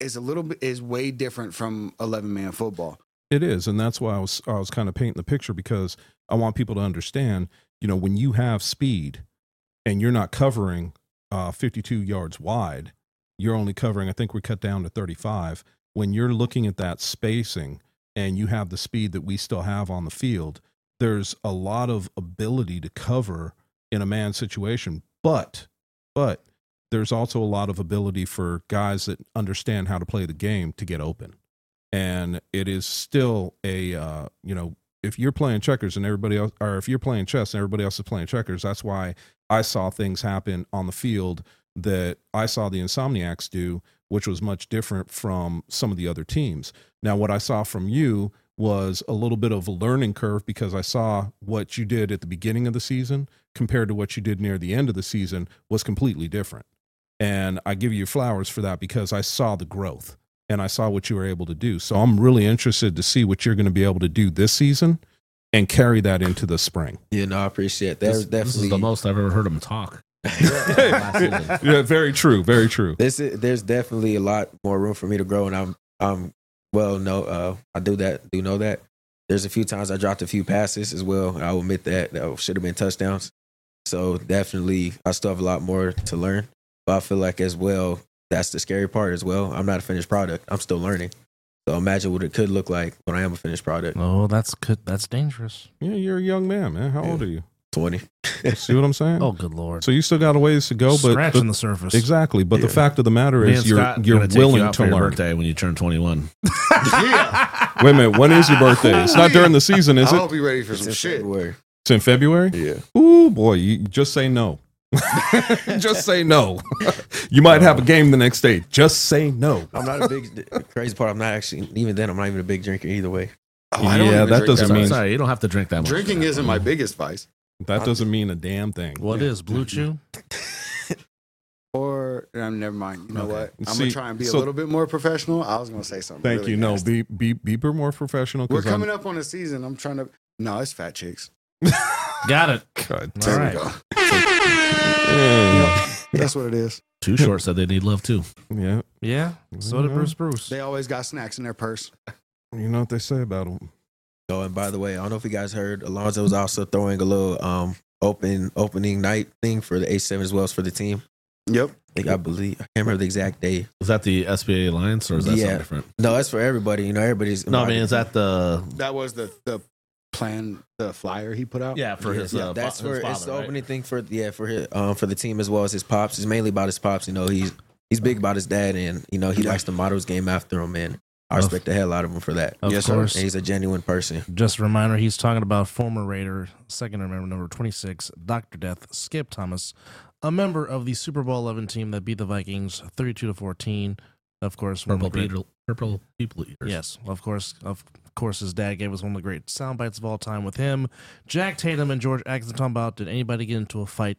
S1: is a little bit is way different from 11 man football.
S4: It is, and that's why I was I was kind of painting the picture because I want people to understand. You know, when you have speed and you're not covering uh, 52 yards wide, you're only covering. I think we cut down to 35. When you're looking at that spacing and you have the speed that we still have on the field, there's a lot of ability to cover in a man situation, but but there's also a lot of ability for guys that understand how to play the game to get open and it is still a uh, you know if you're playing checkers and everybody else or if you're playing chess and everybody else is playing checkers that's why i saw things happen on the field that i saw the insomniacs do which was much different from some of the other teams now what i saw from you was a little bit of a learning curve because i saw what you did at the beginning of the season compared to what you did near the end of the season was completely different and i give you flowers for that because i saw the growth and I saw what you were able to do. So I'm really interested to see what you're going to be able to do this season and carry that into the spring.
S8: You know, I appreciate that.
S3: This, this
S8: There's
S3: is
S8: definitely
S3: the most I've ever heard him
S8: <laughs>
S3: talk. <laughs> Last season.
S4: yeah, very true, very true.
S8: This is, there's definitely a lot more room for me to grow, and I'm I'm well no uh I do that do know that. There's a few times I dropped a few passes as well. and I will admit that that should have been touchdowns. So definitely, I still have a lot more to learn. But I feel like as well, that's the scary part as well. I'm not a finished product. I'm still learning. So imagine what it could look like when I am a finished product.
S2: Oh, that's good. That's dangerous.
S4: Yeah, you're a young man, man. How old are you?
S8: Twenty.
S4: See what I'm saying?
S2: Oh, good lord.
S4: So you still got a ways to go, but,
S2: Scratching
S4: but-
S2: the surface.
S4: exactly. But the
S8: Yeah.
S4: fact of the matter
S3: Me
S4: is,
S3: and
S4: you're
S3: Scott
S4: you're
S3: gonna take you
S4: willing
S3: out
S4: to
S3: for your
S4: learn.
S3: birthday when you turn 21.
S4: Wait a minute, when is your birthday? It's not during the season, is
S1: I'll
S4: it?
S1: be ready for
S8: It's
S1: some
S8: in
S1: shit. <laughs>
S8: February.
S4: It's in February.
S8: Yeah.
S4: Ooh boy, you just say no. just say no. <laughs> you might have a game the next day. Just say no.
S8: I'm not a big the crazy part. I'm not actually even then. I'm not even a big drinker either way.
S1: Oh, I don't
S4: Yeah,
S1: even
S4: that
S1: drink
S4: doesn't
S1: much.
S4: mean-
S3: Sorry, you don't have to drink that much.
S1: drinking isn't my biggest vice.
S4: That doesn't mean a damn thing.
S2: What is Blue Chew?
S1: Or um, never mind. You know what? I'm
S4: See,
S1: gonna try and be
S4: so-
S1: a little bit more professional. I was gonna say something.
S4: Thank
S1: really
S4: you. No,
S1: nasty.
S4: be be be more professional.
S1: we're
S4: 'cause I'm-
S1: coming up on a season. I'm trying to. No, it's fat chicks.
S2: Got it.
S4: God,
S2: All
S1: There
S2: right.
S1: we go.
S4: damn.
S1: That's what it is.
S3: Too short said they need love too.
S4: Yeah,
S2: Yeah. So did
S4: Mhm.
S2: Bruce Bruce.
S1: They always got snacks in their purse.
S4: you know what they say about them.
S8: Oh, and by the way, I don't know if you guys heard, Alonzo was also throwing a little um open opening night thing for the A seven as well as for the team.
S1: Yep.
S8: I think I believe I can't remember the exact day.
S3: Is that the SBA Alliance or is that
S8: Yeah.
S3: something different?
S8: No, that's for everybody. You know, everybody's
S3: No, I mean, is that the
S1: That was the the plan, the flyer he put out.
S3: yeah for his
S8: yeah,
S3: uh,
S8: that's
S3: fa-
S8: for
S3: his
S8: it's the
S3: father, right?
S8: opening thing for yeah for his, um for the team as well as his pops. It's mainly about his pops. You know, he's he's big about his dad, and you know he likes to model his game after him, and I
S2: Of-
S8: respect the hell out of him for that.
S2: Of Yes, sir. course.
S8: And he's a genuine person.
S2: Just a reminder, he's talking about former Raider, second member number 26, Dr. Death, Skip Thomas, a member of the Super Bowl 11 team that beat the Vikings 32 to 14. Of course, one of
S3: Purple
S2: the great-
S3: people, purple people eaters.
S2: Yes, of course, of course, his dad gave us one of the great sound bites of all time with him. Jack Tatum and George Atkinson talking about did anybody get into a fight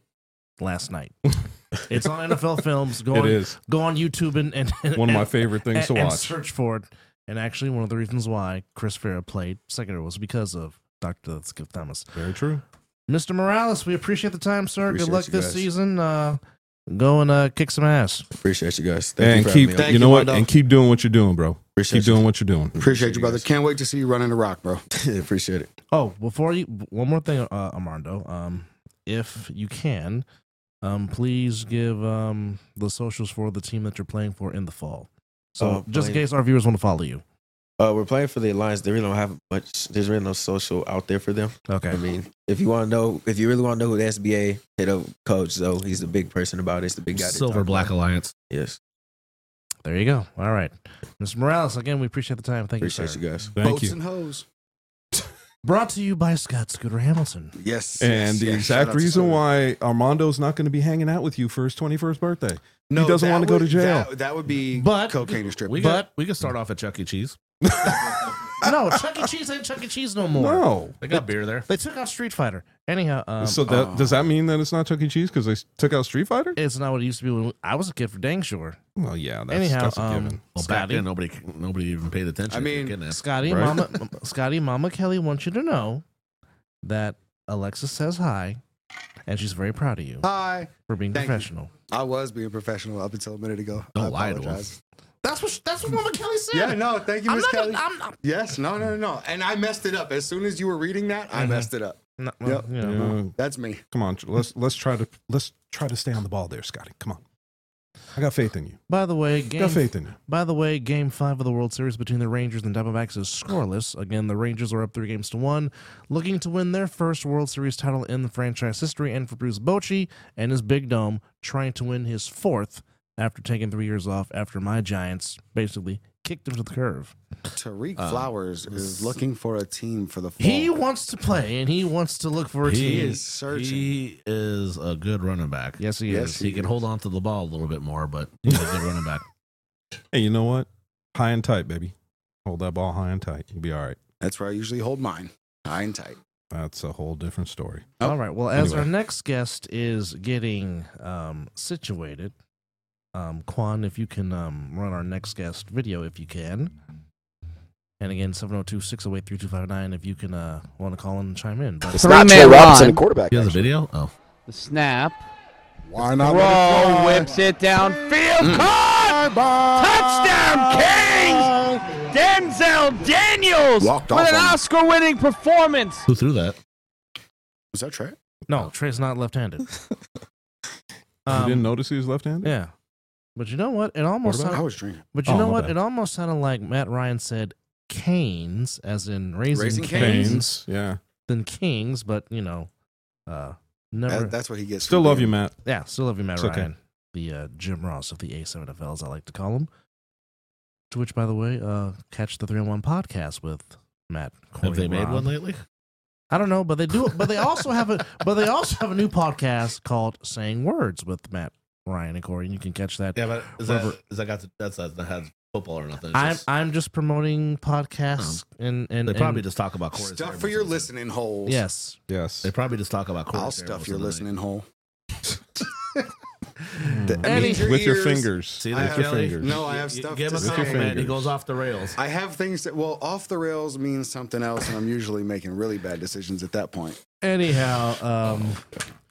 S2: last night? it's on NFL Films. Go
S4: It
S2: on,
S4: is
S2: go on YouTube and, and
S4: one of my
S2: and-
S4: favorite things to
S2: and- and
S4: watch.
S2: search for it. And actually, one of the reasons why Chris Farah played secondary was because of Dr. Skip Thomas.
S4: Very true.
S2: Mr. Morales, we appreciate the time, sir.
S5: Appreciate
S2: Good luck
S5: you
S2: this
S5: guys.
S2: season. Uh, go and uh, kick some ass.
S8: Appreciate you guys.
S4: And
S8: Thank you for
S4: keep
S8: having me. on.
S4: you know
S1: you, my
S4: what?
S1: dog.
S4: And keep doing what you're doing, bro.
S8: Appreciate
S4: keep doing what you're doing.
S1: Appreciate you, brother. Can't wait to see you running the rock, bro.
S8: you. <laughs> Appreciate it.
S2: Oh, before you, one more thing, uh, Armando. Um, if you can, um, please give um, the socials for the team that you're playing for in the fall. So,
S8: Oh,
S2: just in
S8: playing-
S2: case our viewers want to follow you.
S8: Uh, we're playing for the Alliance. They really don't have much. There's really no social out there for them.
S2: Okay.
S8: I mean, if you want to know, if you really want to know who the SBA hit up coach, so he's the big person about it. It's the big guy. that
S3: Silver
S8: talked
S3: Black
S8: about
S3: Alliance.
S8: it. Yes.
S2: there you go. All right. Mr. Morales, again, we appreciate the time. Thank you,
S8: Appreciate
S2: sir.
S8: you guys.
S4: Thank
S1: Boats
S4: you.
S1: and hoes.
S2: Brought to you by Scott Scooter Hamilton.
S1: Yes.
S4: And
S1: yes,
S4: the
S1: yes. Shout
S4: exact
S1: out to
S4: reason
S1: Scooter.
S4: why Armando's not going to be hanging out with you for his 21st birthday. doesn't
S1: that
S4: wanna go to
S1: would-
S4: jail.
S1: That, that would be
S2: But-
S1: cocaine or stripping.
S3: We
S2: But-
S3: got, we could start off at Chuck E. Cheese.
S2: no, Chuck E. Cheese ain't Chuck E. Cheese no more.
S4: No.
S3: They got beer there.
S2: They took out Street Fighter. Anyhow, um,
S4: so that
S1: Uh,
S4: does that mean that it's not Chuck E. Cheese because they s- took out Street Fighter?
S2: it's not what it used to be when I was a kid for dang sure.
S4: Well, Oh, yeah. That's,
S2: Anyhow,
S4: that's a
S2: um,
S4: given.
S3: Well, back
S2: Scotty.
S3: then nobody nobody even paid attention.
S1: I
S3: if you're
S1: mean,
S3: kidnapped.
S2: Scotty,
S4: Right?
S2: Mama, <laughs> M- Scotty, Mama Kelly wants you to know that Alexa says hi, and she's very proud of you
S1: Hi.
S2: for being
S1: Thank you.
S2: professional.
S1: I was being professional up until a minute ago.
S3: Don't
S1: I
S3: lie to us.
S1: apologize.
S2: That's what that's what Mama Kelly said.
S1: Yeah, no, thank you,
S2: I'm
S1: Miss
S2: not.
S1: Kelly.
S2: Gonna, I'm not.
S1: yes, no, no, no, no. And I messed it up. As soon as you were reading that, I
S2: Mhm.
S1: messed it up.
S2: no, well,
S1: Yep.
S2: you know.
S4: Mm-hmm.
S3: Mm-hmm.
S4: Yeah,
S1: That's me.
S4: come on, let's let's try to let's try to stay on the ball there, Scotty. Come on, I got faith in you.
S2: By the way, game.
S4: Got faith in you.
S2: By the way, Game Five of the World Series between the Rangers and Diamondbacks is scoreless. Again, the Rangers are up three games to one, looking to win their first World Series title in the franchise history. And for Bruce Bochy and his big dome, trying to win his fourth after taking three years off after my Giants basically kicked him to the curve.
S1: Tariq
S4: Uh,
S3: Um,
S1: Flowers is looking for a team for the fall.
S2: He wants to play and he wants to look for a
S1: He
S2: team.
S1: is searching.
S3: He is a good running back.
S2: Yes, he
S1: Yes,
S2: is.
S3: He can hold on to the ball a little bit more, but he's a good running back.
S4: <laughs> Hey, you know what? High and tight, baby. Hold that ball high and tight. You'll be all right.
S1: That's where I usually hold mine. High and tight.
S4: That's a whole different story.
S2: All right. Well, as
S4: Anyway.
S2: our next guest is getting um, situated, um, Quan, if you can um, run our next guest video, if you can. And again, 702 608 3259 if you can uh, want to call in and chime in. But
S9: It's not Trey
S10: Three-man
S9: Robinson,
S10: line.
S9: the quarterback.
S3: He has a
S9: actually.
S3: video? Oh.
S10: The snap.
S1: Why not? let it
S10: Throw
S1: fly?
S10: whips it downfield. Caught! Touchdown Kings! Denzel Daniels
S1: Walked
S10: with
S1: off
S10: an
S1: on-
S10: Oscar winning performance.
S3: Who threw that?
S1: Was that Trey?
S2: no, Trey's not left handed.
S4: you didn't notice he was left-handed.
S2: Um, Yeah. But you know what? It almost
S1: I
S2: sounded,
S1: was drinking.
S2: but you
S4: Oh,
S2: know
S4: my
S2: what?
S4: bad.
S2: It almost sounded like Matt Ryan said canes, as in raising,
S1: Raising
S2: canes,
S4: Canes. Yeah.
S2: than kings, but you know, uh never
S1: That, that's what he gets.
S4: Still
S1: for
S4: love you,
S1: being-
S4: Matt.
S2: yeah, still love you, Matt
S4: It's okay.
S2: Ryan. The uh, Jim Ross of the A7FL, as I like to call him. To which, by the way, uh, catch the three on one podcast with Matt. Corey,
S3: Have they made
S2: Rob.
S3: one lately?
S2: I don't know, but they do. But they also
S4: <laughs>
S2: have a but they also have a new podcast called "Saying Words" with Matt Ryan and Corey, and you can catch that.
S3: Yeah, but
S2: is that-
S3: is that got to, that's that has football or nothing?
S2: I'm I'm just promoting podcasts
S4: Oh.
S2: and and
S3: they probably
S2: and-
S3: just talk about Corey.
S1: Stuff for your listening holes.
S2: yes.
S4: Yes.
S3: They probably just talk about Corey.
S1: I'll stuff your listening hole.
S2: Hmm.
S4: Mm.
S1: That means
S4: With your
S1: ears-
S4: fingers.
S3: See
S1: I
S3: that,
S1: have-
S3: Kelly?
S1: No, I have stuff
S3: Give
S1: to
S3: him a
S1: say.
S3: compliment. He goes off the rails.
S1: I have things that well off the rails means something else, and I'm usually making really bad decisions at that point.
S4: <laughs> Oh,
S2: Anyhow, um,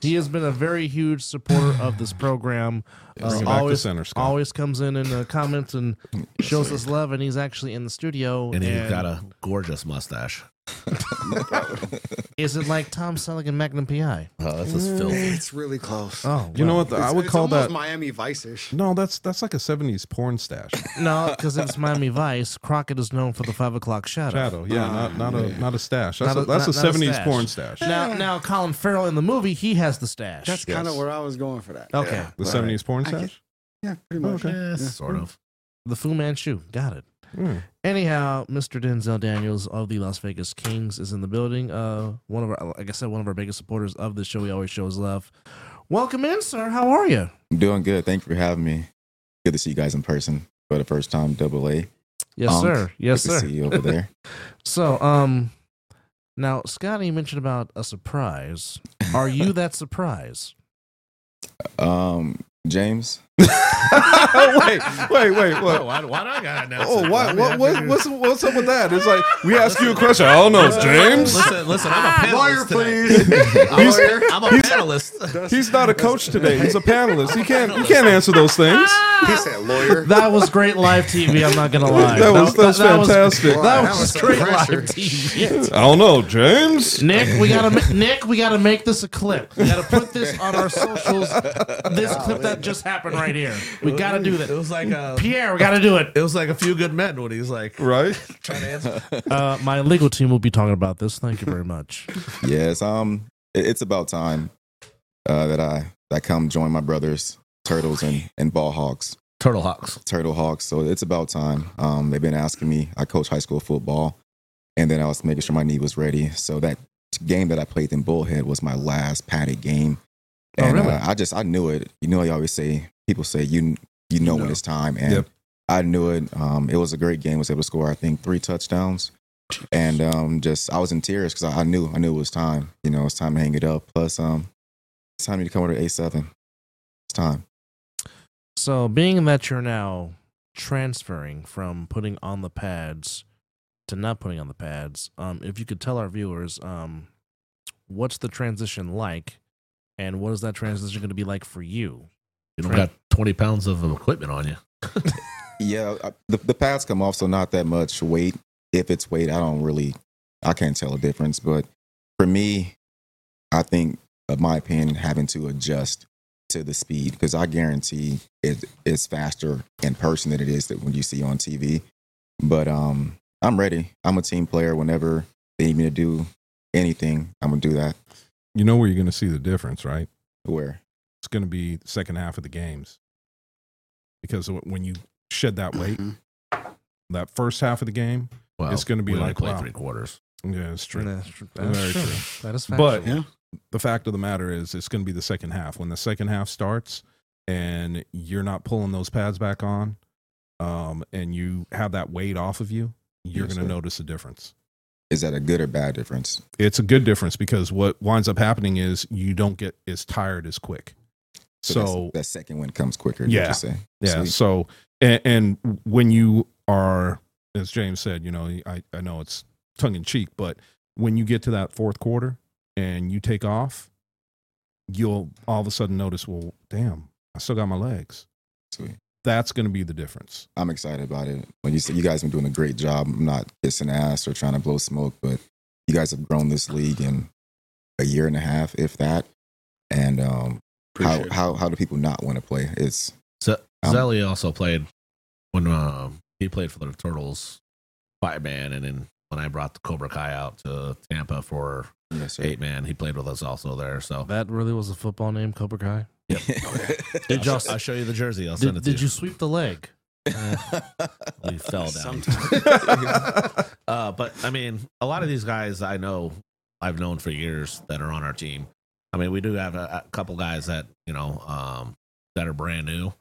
S2: he has been a very huge supporter of this program. Uh,
S4: Bring it back to
S2: always,
S4: center, Scott.
S2: always comes in and uh, comments and
S4: <laughs>
S2: shows us love, and he's actually in the studio.
S3: And he's got a gorgeous mustache.
S2: Is it like Tom Selleck and Magnum PI?
S3: Oh, that's just filthy.
S1: It's really close.
S2: Oh,
S4: Mm. You know what?
S1: It's-
S4: I would
S1: it's
S4: call
S1: almost
S4: that.
S1: Miami Vice-ish.
S4: No, that's that's like a '70s porn stash.
S2: No, because it's Miami Vice. Crockett is known for the five o'clock shadow.
S4: Shadow. Yeah. not not a not a stash. That's
S2: Not
S4: a, that's
S2: not-
S4: a
S2: not
S4: '70s
S2: stash.
S4: porn stash.
S2: Now, now Colin Farrell in the movie, he has the stash.
S1: That's kind of where I was going for that.
S2: okay.
S4: The
S1: Right.
S4: '70s porn
S1: I get-
S4: stash.
S1: Yeah, pretty much.
S4: Okay.
S3: Yeah, sort <laughs> of.
S2: The Fu Manchu. Got it.
S4: Mm.
S2: Anyhow, Mr. Denzel Daniels of the Las Vegas Kings is in the building. Uh, one of our, like I said, one of our biggest supporters of the show. He always shows love. Welcome in, sir. How are you?
S11: I'm doing good. Thank you for having me. Good to see you guys in person for the first time. Double A.
S2: Yes,
S11: Um,
S2: sir. Yes,
S11: good to see
S2: sir.
S11: you over
S2: <laughs>
S11: there.
S2: So, um, now Scotty mentioned about a surprise. Are you that surprise?
S11: Um, James,
S4: <laughs>
S3: Oh,
S4: wait, wait, wait,
S3: Why,
S4: wait.
S1: Oh,
S3: why, why do I got to
S4: <laughs>
S3: announce
S4: Oh,
S3: it? I
S2: <laughs>
S4: what,
S3: mean, I
S4: what, what,
S3: figured-
S4: what's, what's up with that? It's like, we ask you a question. I don't know, it's James.
S3: Listen, listen, I'm a
S2: <laughs>
S3: panelist.
S1: Lawyer,
S3: today.
S1: please.
S3: <laughs> I'm a, I'm a panelist.
S4: He's not a coach today. He's a panelist. He can't,
S3: <laughs>
S4: he can't answer those things.
S2: Ah.
S1: he said lawyer.
S2: That was great live TV. I'm not gonna lie.
S4: That was, that was fantastic.
S1: Boy,
S2: That was,
S1: some
S2: great live
S1: pressure.
S2: TV.
S4: I don't know, Oh, James.
S2: Nick, we gotta ma- Nick, we gotta make this a clip. We gotta put this on our socials. This clip that just happened right here. We gotta do
S3: It
S2: that.
S3: was like a,
S2: Pierre, we gotta do it.
S3: it was like a few good men when he's like
S4: Right?
S3: trying to answer.
S2: Uh, my legal team will be talking about this. Thank you very much.
S11: yes. Um, it, it's about time uh, that I that I come join my brothers, turtles and and ball hawks,
S3: Turtle Hawks.
S11: turtle hawks. So it's about time. Um, they've been asking me. I coach high school football, and then I was making sure my knee was ready. So that game that I played in Bullhead was my last padded game,
S2: Oh,
S11: and
S2: really?
S11: uh, I just I knew it. You know, you always say people say you you know, when
S1: know.
S11: it's time, and
S4: Yep.
S11: I knew it. Um, it was a great game. Was able to score I think three touchdowns, and um, just I was in tears because I, I knew I knew it was time. You know, it's time to hang it up. Plus, um, it's time to come over to A seven. It's time.
S2: So, being that you're now transferring from putting on the pads to not putting on the pads, um, if you could tell our viewers, um, what's the transition like, and what is that transition going to be like for you?
S3: You don't got 20 pounds of equipment on you.
S11: Yeah, I, the the pads come off, so not that much weight. If it's weight, I don't really, I can't tell a difference. But for me, I think, of my opinion, having to adjust to the speed because I guarantee it is faster in person than it is that when you see on TV. But um, I'm ready. I'm a team player. Whenever they need me to do anything, I'm gonna do that.
S4: You know where you're going to see the difference, right?
S11: Where
S4: It's going to be the second half of the games. Because wh- when you shed that weight,
S1: Mhm.
S2: Mm-hmm.
S4: that first half of the game,
S3: Well,
S4: It's gonna be
S3: we only
S4: like,
S3: play
S4: wow.
S3: three quarters.
S4: yeah, it's true.
S2: That's tr-
S4: Very
S2: that's true.
S4: true.
S2: That is factual.
S4: But
S1: Yeah.
S4: the fact of the matter is, it's going to be the second half. When the second half starts and you're not pulling those pads back on um, and you have that weight off of you, you're
S11: Yes,
S4: going
S11: sir.
S4: to notice a difference.
S11: is that a good or bad difference?
S4: It's a good difference because what winds up happening is you don't get as tired as quick.
S11: So, that's-
S4: So-
S11: that second win comes quicker. is what
S4: Yeah.
S11: you're saying.
S4: Yeah.
S11: Sweet.
S4: So, and, and when you are, as James said, you know, I, I know it's tongue in cheek, but when you get to that fourth quarter and you take off, you'll all of a sudden notice, well, damn, I still got my legs.
S11: Sweet.
S4: That's going to be the difference.
S11: I'm excited about it. When you say you guys have been doing a great job, I'm not kissing ass or trying to blow smoke, but you guys have grown this league in a year and a half, if that. And um, how,
S3: Appreciate it.
S11: how how do people not want to play? It's
S3: Z-
S11: Um,
S3: Zelly also played when um, he played for the Turtles five man, and then when I brought the Cobra Kai out to Tampa for
S11: yes, sir.
S3: eight man, he played with us also there. So
S2: That really was a football name, Cobra Kai.
S3: <laughs> did you I'll show you the jersey. I'll send
S2: Did,
S3: it to
S2: did you sweep the leg?
S3: you. We fell down. uh, but I mean, a lot of these guys I know, I've known for years that are on our team. I mean, we do have a, a couple guys that you know um, that are brand new,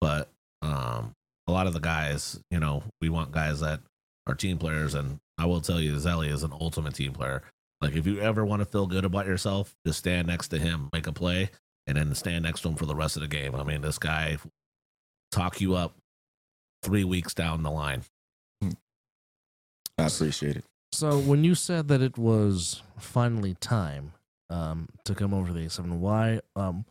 S3: but um, a lot of the guys, you know, we want guys that are team players. And I will tell you, Zelly is an ultimate team player. Like, if you ever want to feel good about yourself, just stand next to him, make a play, and then stand next to him for the rest of the game. I mean, this guy will talk you up three weeks down the line.
S11: I appreciate it.
S2: So when you said that it was finally time um, to come over to the A7, why um,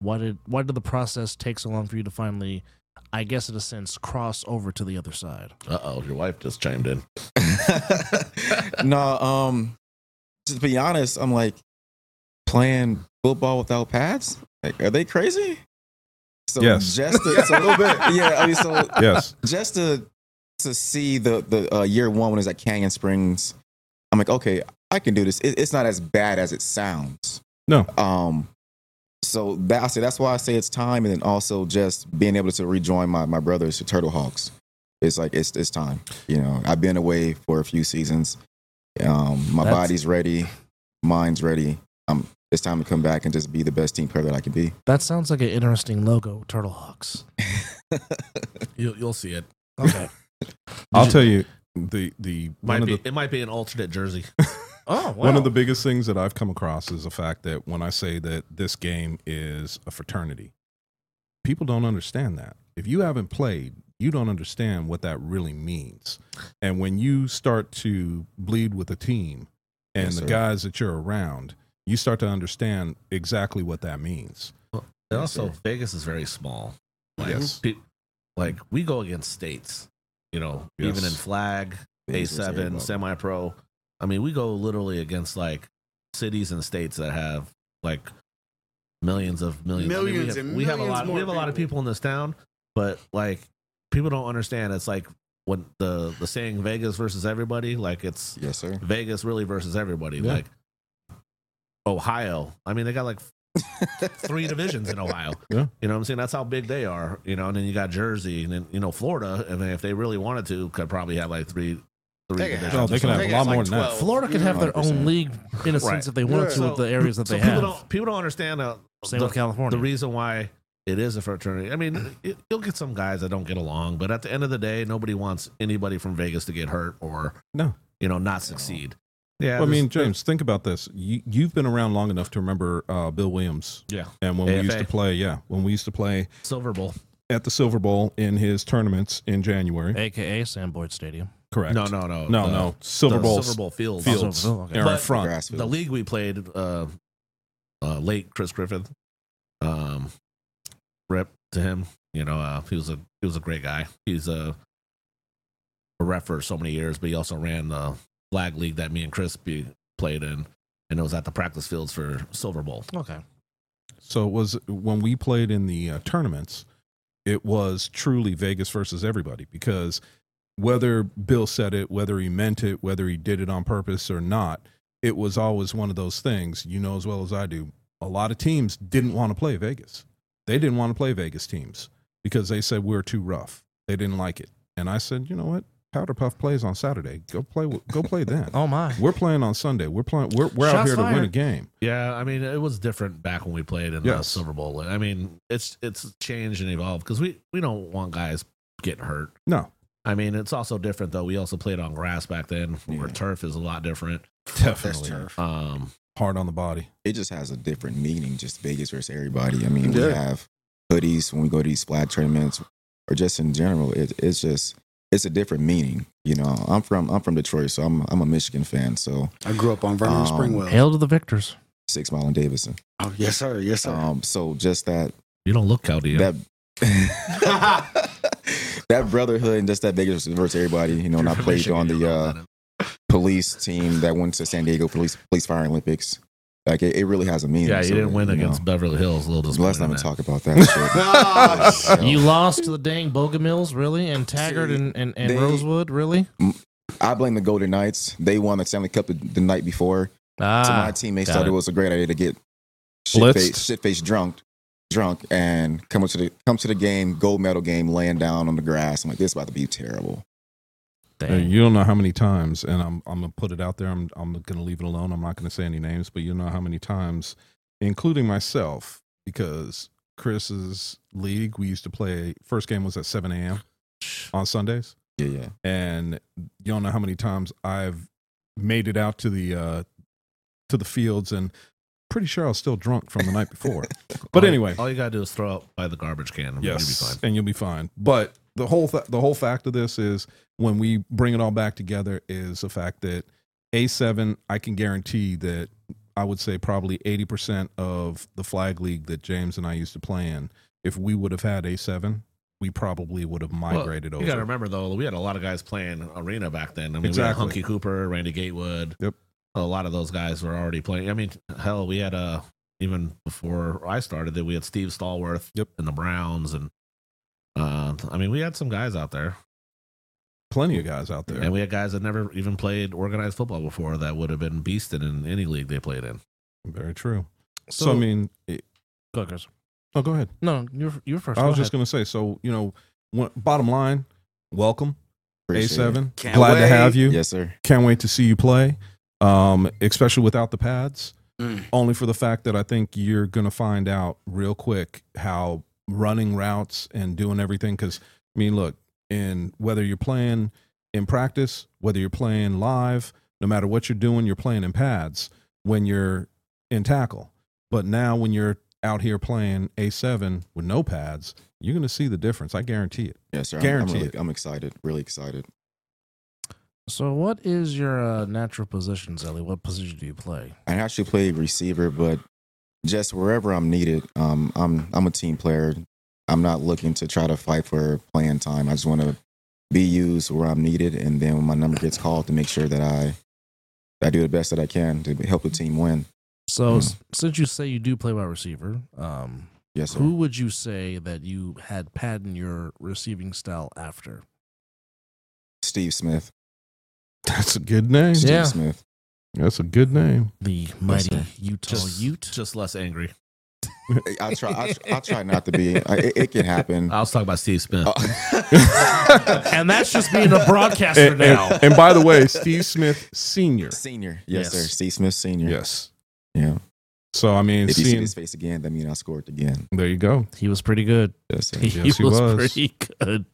S2: why did why did the process take so long for you to finally, I guess in a sense, cross over to the other side?
S3: Uh oh, your wife just
S4: <laughs>
S3: chimed in.
S11: no, um, to be honest, I'm like playing football without pads. Like, are they crazy? So
S4: Yes.
S11: just to, so a little bit, yeah. I mean, so
S4: <laughs> Yes.
S11: just to to see the the uh, year one when it's at Canyon Springs, I'm like, okay, I can do this. It, it's not as bad as it sounds.
S4: No.
S11: Um. So that I say that's why I say it's time, and then also just being able to rejoin my my brothers, the Turtle Hawks. It's like it's it's time. You know, I've been away for a few seasons. Um, my
S2: That's-
S11: body's ready, mind's ready. Um, it's time to come back and just be the best team player that I can be.
S2: That sounds like an interesting logo, Turtlehawks.
S3: You, you'll see it.
S2: Okay.
S4: I'll tell you the, the,
S3: Might
S4: one of
S3: be,
S4: the
S3: it might be an
S4: <laughs>
S3: alternate jersey.
S2: oh, wow.
S4: One of the biggest things that I've come across is the fact that when I say that this game is a fraternity, people don't understand that. If you haven't played, you don't understand what that really means. And when you start to bleed with a team and
S11: Yes,
S4: the
S11: sir.
S4: guys that you're around, you start to understand exactly what that means.
S3: And also, Vegas is very small. Like,
S4: Yes.
S3: pe- like we go against states, you know, even in
S4: Yes.
S3: flag, A7, semi pro. I mean, we go literally against like cities and states that have like millions of millions. I mean, we
S1: Millions
S3: have,
S1: and
S3: we have a
S1: millions
S3: lot. We
S1: more
S3: have a lot of
S1: people.
S3: people in this town, but like people don't understand. It's like when the the saying Vegas versus everybody. Like it's
S11: Yes, sir.
S3: Vegas really versus everybody.
S4: Yeah.
S3: Like Ohio. I mean, they got like three divisions in
S2: <laughs>
S3: Ohio.
S4: Yeah.
S3: You know what I'm saying? That's how big they are. You know, and then you got Jersey, and then you know Florida. I mean, if they really wanted to, could probably have like three, three
S1: They could
S3: divisions.
S2: Oh,
S4: No, they can
S3: or
S4: have a
S3: something.
S4: lot more than that.
S2: Florida could have their own
S11: 100%.
S2: league in a
S3: Right.
S2: sense if they wanted to
S3: Yeah.
S2: with the areas that
S3: So
S2: they
S3: people
S2: have.
S3: don't people don't understand uh,
S2: Same
S3: the,
S2: with California.
S3: the reason why it is a fraternity. I mean, it, you'll get some guys that don't get along, but at the end of the day, nobody wants anybody from Vegas to get hurt or
S4: No.
S3: you know, not succeed. Yeah,
S4: Well, I mean,
S3: there's-
S4: James, think about this. You, you've been around long enough to remember uh, Bill Williams.
S3: Yeah.
S4: And when we used
S3: AFA.
S4: to play, yeah, when we used to play
S3: Silver Bowl.
S4: at the Silver Bowl in his tournaments in January.
S2: AKA Sam Boyd Stadium.
S4: Correct.
S3: No, no, no,
S4: No,
S3: The-
S4: no. Silver
S3: the
S4: Bowl
S3: Silver Bowl Fields.
S4: fields
S2: Silver Bowl, okay.
S4: are in
S3: But-
S4: front.
S11: Grass
S3: the league we played uh, uh late chris griffith um rip to him you know uh he was a he was a great guy he's a a ref for so many years but he also ran the flag league that me and chris be, played in and it was at the practice fields for silver bowl
S2: Okay.
S4: So it was when we played in the uh, tournaments, it was truly Vegas versus everybody because whether Bill said it, whether he meant it, whether he did it on purpose or not, it was always one of those things. You know as well as I do, a lot of teams didn't want to play Vegas. They didn't want to play Vegas teams because they said we're too rough. They didn't like it. And I said, you know what? Powder Puff plays on Saturday. Go play. with- Go play then.
S2: <laughs> Oh my.
S4: We're playing on Sunday. We're playing. We're, we're out
S2: Shots
S4: here to win a
S2: fired.
S4: game.
S3: yeah i mean it was different back when we played in the
S4: Yes.
S3: silver bowl i mean it's it's changed and evolved because we we don't want guys getting hurt
S4: No,
S3: I mean, it's also different though. We also played on grass back then, where
S11: Yeah.
S3: turf is a lot different.
S4: Definitely.
S11: turf.
S3: Um,
S4: hard on the body.
S11: it just has a different meaning, just Vegas versus everybody. I mean, we
S4: Yeah.
S11: have hoodies when we go to these flag tournaments, or just in general, it, it's just it's a different meaning. You know, I'm from I'm from Detroit, so I'm I'm a Michigan fan. So um,
S1: I grew up on Vernon Springwell.
S2: Hail to the victors.
S11: Six Mile and Davidson.
S1: Oh yes, sir. Yes, sir.
S11: Um, so just that
S3: you don't look out
S1: <laughs>
S11: that that brotherhood and just that Vegas versus everybody. You know, and I played on the uh, police team that went to San Diego police police firing Olympics. Like it, it really has a meaning.
S3: Yeah, you
S11: So,
S3: didn't win
S11: you
S3: against Beverly Hills. A little
S11: Let's
S3: disappointed
S11: not
S3: in
S11: even
S3: that.
S11: talk about that.
S1: <laughs>
S11: shit.
S2: you lost to the dang Bogomils, really? And Taggart and, and, and
S11: they-
S2: Rosewood, really?
S11: I blame the Golden Knights. They won the Stanley Cup the, the night before.
S2: Ah,
S11: so my teammates
S2: got
S11: thought it.
S2: it.
S11: was a great idea to get
S3: Blitzed?
S11: shit faced drunk, drunk, and come up to the come to the game, gold medal game, laying down on the grass. I'm like, this is about to be terrible.
S4: Uh,
S2: Dang.
S4: You don't know how many times, and I'm I'm gonna put it out there. I'm I'm gonna leave it alone. I'm not gonna say any names, but you know how many times, including myself, because Chris's league we used to play. First game was at 7
S11: <sighs>
S4: a.m. on Sundays,
S11: Yeah, yeah.
S4: and you don't know how many times I've made it out to the uh to the fields, and pretty sure I was still drunk from the night
S11: <laughs>
S4: before. but
S3: All-
S4: anyway,
S3: all you gotta do is throw up by the garbage can. and
S4: yes,
S3: you'll be fine.
S4: and you'll be fine. But the whole th- the whole fact of this is when we bring it all back together is the fact that A seven I can guarantee that I would say probably eighty percent of the flag league that James and I used to play in. If we would have had A seven, we probably would have
S3: Well,
S4: migrated
S3: You got to
S4: over.
S3: remember though, we had a lot of guys playing arena back then. I mean,
S4: Exactly.
S3: we had Hunky Cooper, Randy Gatewood.
S4: Yep.
S3: A lot of those guys were already playing. I mean, hell, we had uh even before I started that we had Steve Stallworth
S4: Yep.
S3: and the Browns and uh I mean we had some guys out there.
S4: Plenty of guys out there.
S3: And we had guys that never even played organized football before that would have been beasted in any league they played in.
S4: Very true. So,
S2: So,
S4: I mean, it,
S2: Go, Chris.
S4: oh, go ahead.
S2: No, you're, you're first.
S4: I
S2: Go
S4: was just
S2: ahead.
S4: going to say. So you know, when, bottom line, welcome A
S11: Appreciate it.
S4: seven.
S1: Can't
S4: Glad
S1: wait.
S4: to have you.
S11: Yes, sir.
S4: Can't wait to see you play, um, especially without the pads.
S1: Mm.
S4: Only for the fact that I think you're going to find out real quick how running routes and doing everything. Because I mean, look, in whether you're playing in practice, whether you're playing live, no matter what you're doing, you're playing in pads when you're in tackle. But now when you're out here playing A7 with no pads, you're going to see the difference. I guarantee it.
S11: Yes, sir. I'm-
S4: Guarantee
S11: I'm, really,
S4: it.
S11: I'm excited. Really excited.
S2: So, what is your uh, natural position, Zelly? What position do you play?
S11: I actually play receiver, but just wherever I'm needed. Um, I'm I'm a team player. I'm not looking to try to fight for playing time. I just want to be used where I'm needed, and then when my number gets called, to make sure that I I do the best that I can to help the team win.
S2: So,
S11: Hmm.
S2: s- since you say you do play wide receiver, um,
S11: Yes, sir.
S2: who would you say that you had patterned your receiving style after?
S11: Steve Smith.
S4: That's a good name.
S11: Steve
S2: Yeah.
S11: Smith.
S4: That's a good name.
S2: The mighty
S11: sir.
S2: Utah
S3: Just
S2: Ute.
S3: just less angry.
S11: I try. I, I try not to be. I, it, it can happen. Oh.
S3: I was talking about Steve Smith.
S2: and that's just being a broadcaster
S4: and,
S2: now.
S4: and- and by the way, Steve Smith Senior.
S11: senior.
S2: Yes.
S11: Yes, sir. Steve Smith Senior.
S4: Yes.
S11: Yeah.
S4: So I mean,
S11: If you see
S4: seeing,
S11: his face again, that means I scored again.
S4: there you go.
S2: he was pretty good.
S11: Yes, sir.
S2: He,
S4: Yes, he
S2: was,
S4: was.
S2: pretty good.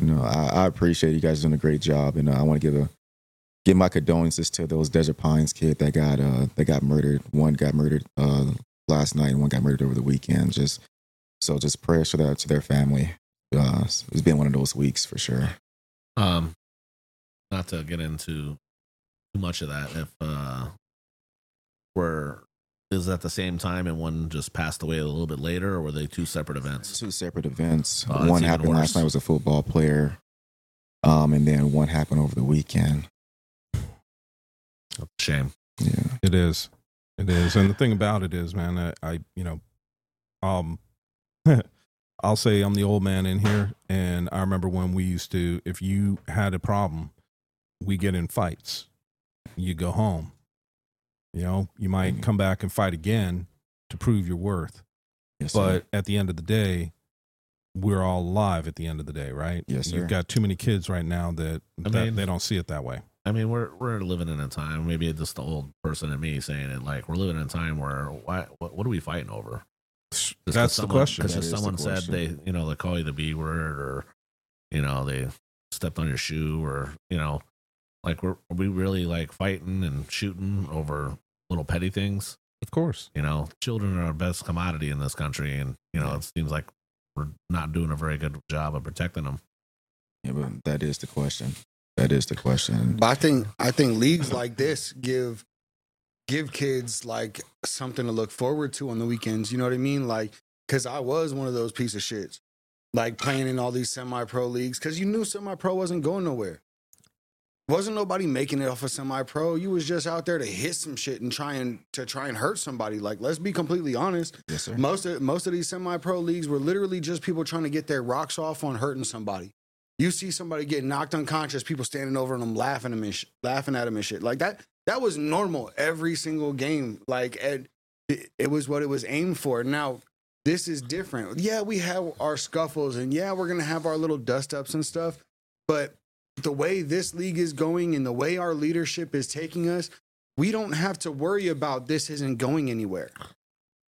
S11: No, I, I appreciate you guys doing a great job, and uh, I want to give a give my condolences to those Desert Pines kid that got uh that got murdered. One got murdered uh last night, and one got murdered over the weekend. Just so, just prayers to that to their family. Uh, it's it's been one of those weeks for sure.
S3: <laughs> um not to get into too much of that if uh were is at the same time and one just passed away a little bit later or were they two separate events
S11: Two separate events.
S3: Oh,
S11: One
S3: that's even
S11: happened
S3: worse.
S11: last night was a football player, um, and then one happened over the weekend.
S3: shame
S11: Yeah.
S4: It is. It is. And the thing about it is, man, I, I you know, um, <laughs> I'll say I'm the old man in here, and I remember when we used to, if you had a problem, we get in fights. You go home. You know, you might
S11: Mm-hmm.
S4: come back and fight again to prove your worth.
S11: Yes, sir.
S4: But at the end of the day, we're all alive at the end of the day, right?
S11: Yes, sir.
S4: You've got too many kids right now that,
S3: I
S4: that
S3: mean-
S4: they don't see it that way.
S3: i mean we're we're living in a time maybe it's just the old person in me saying it like we're living in a time where why what, what are we fighting over Just 'cause
S4: That's the
S3: someone-
S4: question.
S3: Cause
S11: That
S3: if
S11: is the
S3: someone said
S11: question.
S3: they, you know, they call you the B word or, you know, they stepped on your shoe or, you know, like we're, are we really like fighting and shooting over little petty things.
S4: Of course.
S3: You know, children are our best commodity in this country, and you know it seems like we're not doing a very good job of protecting them.
S11: Yeah, but that is the question. That is the question.
S1: But I think I think leagues like this give give kids like something to look forward to on the weekends. You know what I mean? Like, cause I was one of those piece of shits, like playing in all these semi pro leagues. Cause you knew semi pro wasn't going nowhere. Wasn't nobody making it off of semi pro. You was just out there to hit some shit and try and to try and hurt somebody. Like, let's be completely honest.
S11: Yes, sir.
S1: Most of most of these semi pro leagues were literally just people trying to get their rocks off on hurting somebody. You see somebody getting knocked unconscious, people standing over them, laughing at them and sh- laughing at them and shit. Like that, that was normal every single game. Like and it, it was what it was aimed for. Now this is different. Yeah, we have our scuffles and yeah, we're gonna have our little dust ups and stuff. But the way this league is going and the way our leadership is taking us, we don't have to worry about this isn't going anywhere.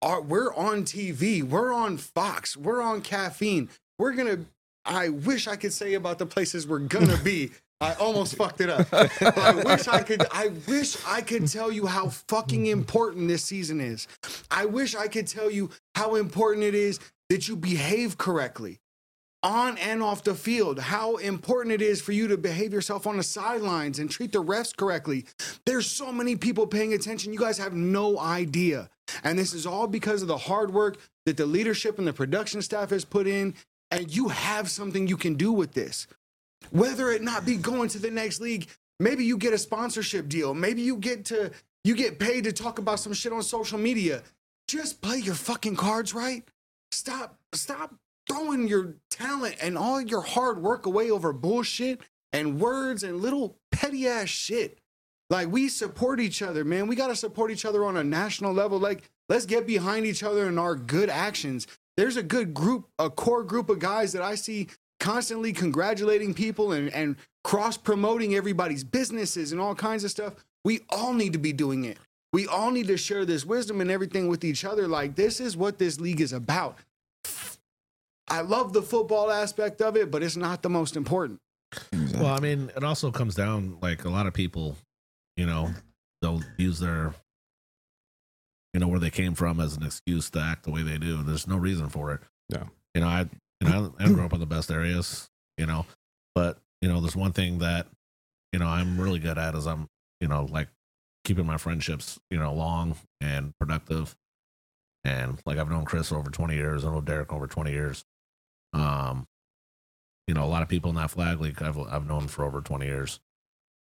S1: Our, we're on TV, we're on Fox, we're on caffeine. We're gonna I wish I could say about the places we're gonna be. I almost fucked it up. But I wish I could. I wish I could tell you how fucking important this season is. I wish I could tell you how important it is that you behave correctly, on and off the field. How important it is for you to behave yourself on the sidelines and treat the refs correctly. There's so many people paying attention. You guys have no idea, and this is all because of the hard work that the leadership and the production staff has put in and you have something you can do with this. Whether it not be going to the next league, maybe you get a sponsorship deal, maybe you get to you get paid to talk about some shit on social media. Just play your fucking cards right. Stop stop throwing your talent and all your hard work away over bullshit and words and little petty ass shit. Like we support each other, man. We got to support each other on a national level. Like let's get behind each other in our good actions there's a good group, a core group of guys that I see constantly congratulating people and, and cross promoting everybody's businesses and all kinds of stuff. We all need to be doing it. We all need to share this wisdom and everything with each other. Like, this is what this league is about. I love the football aspect of it, but it's not the most important.
S3: Well, I mean, it also comes down like a lot of people, you know, they'll use their you know where they came from as an excuse to act the way they do. There's no reason for it.
S4: Yeah.
S3: You know, I you know I, I grew up in the best areas. You know, but you know, there's one thing that you know I'm really good at is I'm you know like keeping my friendships you know long and productive. And like I've known Chris over 20 years, I know Derek over 20 years. Um, you know, a lot of people in that flag league I've I've known for over 20 years.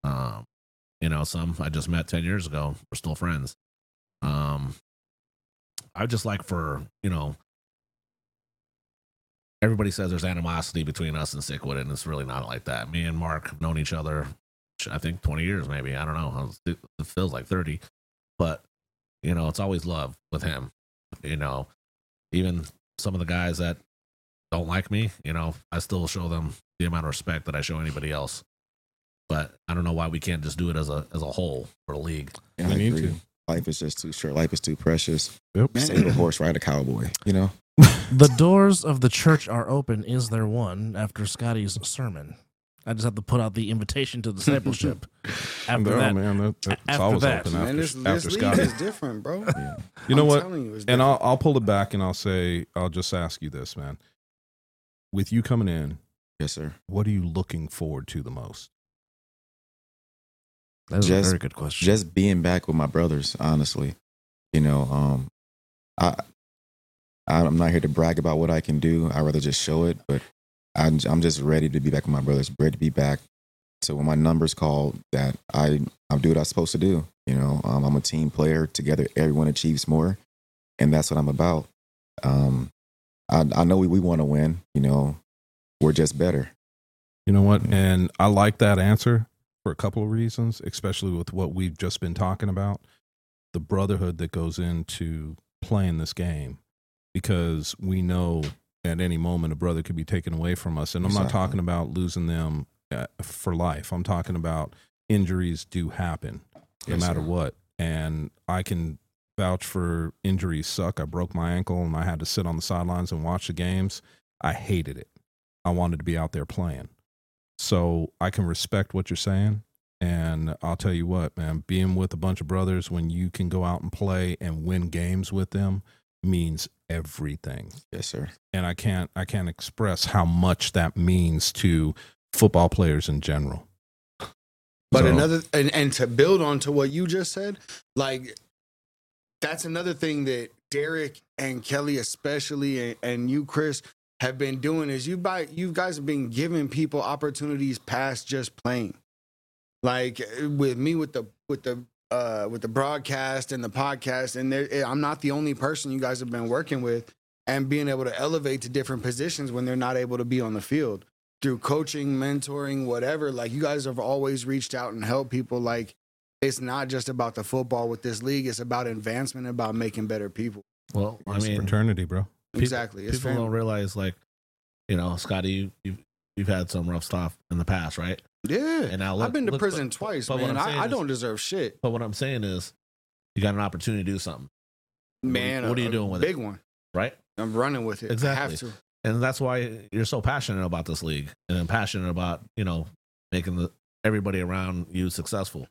S3: Um, you know, some I just met 10 years ago. We're still friends um i would just like for you know everybody says there's animosity between us and sickwood and it's really not like that me and mark have known each other i think 20 years maybe i don't know it feels like 30 but you know it's always love with him you know even some of the guys that don't like me you know i still show them the amount of respect that i show anybody else but i don't know why we can't just do it as a as a whole for the league
S11: And
S4: We
S11: I
S4: need
S11: agree.
S4: to.
S11: Life is just too short. Life is too precious.
S4: Yep.
S11: Save a horse, ride a cowboy. You know.
S2: The doors of the church are open. Is there one after Scotty's sermon? I just have to put out the invitation
S4: <laughs>
S2: to discipleship. After
S4: Oh,
S2: that,
S4: man, that-
S2: a-
S4: it's
S2: after
S4: always
S2: that,
S4: open
S1: man,
S4: after,
S1: this, this
S4: after
S1: league
S4: Scotty.
S1: is different, bro.
S4: You know
S1: I'm
S4: what?
S1: telling you, it's
S4: and I'll, I'll pull it back and I'll say, I'll just ask you this, man. With you coming in,
S11: Yes, sir.
S4: what are you looking forward to the most?
S2: That's a
S11: Just-
S2: very good question.
S11: Just being back with my brothers, honestly. You know, um, I I'm not here to brag about what I can do. I rather just show it. But I'm I'm just ready to be back with my brothers. Ready to be back. So when my numbers called, that I I do what I'm supposed to do. You know, um, I'm a team player. Together, everyone achieves more, and that's what I'm about. Um, I I know we, we want to win. You know, we're just better.
S4: You know what?
S11: Yeah.
S4: And I like that answer for a couple of reasons, especially with what we've just been talking about the brotherhood that goes into playing this game because we know at any moment a brother could be taken away from us. And I'm not
S11: Exactly.
S4: talking about losing them uh, for life, I'm talking about injuries do happen no
S11: Yes,
S4: matter
S11: sir.
S4: what. And I can vouch for injuries suck. I broke my ankle and I had to sit on the sidelines and watch the games. I hated it. I wanted to be out there playing. So I can respect what you're saying. And I'll tell you what, man, being with a bunch of brothers when you can go out and play and win games with them means everything.
S11: Yes, sir.
S4: And I can't I can't express how much that means to football players in general.
S1: But
S4: So-
S1: another and, and to build on to what you just said, like that's another thing that Derek and Kelly especially and, and you, Chris, have been doing is you by you guys have been giving people opportunities past just playing. Like eh, with me with the with the uh with the broadcast and the podcast and there, eh, I'm not the only person you guys have been working with and being able to elevate to different positions when they're not able to be on the field through coaching, mentoring, whatever. Like you guys have always reached out and helped people. Like it's not just about the football with this league; it's about advancement, about making better people.
S3: Well, I
S4: It's a
S3: mean,
S4: fraternity, bro.
S3: People-
S1: exactly. It's
S3: people don't
S1: family.
S3: realize like you know scotty you, you've, you've had some rough stuff in the past right
S1: yeah.
S3: and now
S1: I've been to
S3: look-
S1: prison
S3: but-
S1: twice,
S3: but what
S1: man.
S3: I'm saying
S1: I, I
S3: is-
S1: don't deserve shit,
S3: but what i'm saying is you got an opportunity to do something
S1: man.
S3: what are you
S1: a
S3: doing with it?
S1: big one?
S3: right
S1: I'm running with it. I
S3: Exactly.
S1: have to.
S3: and that's why you're so passionate about this league and passionate about you know making the, everybody around you successful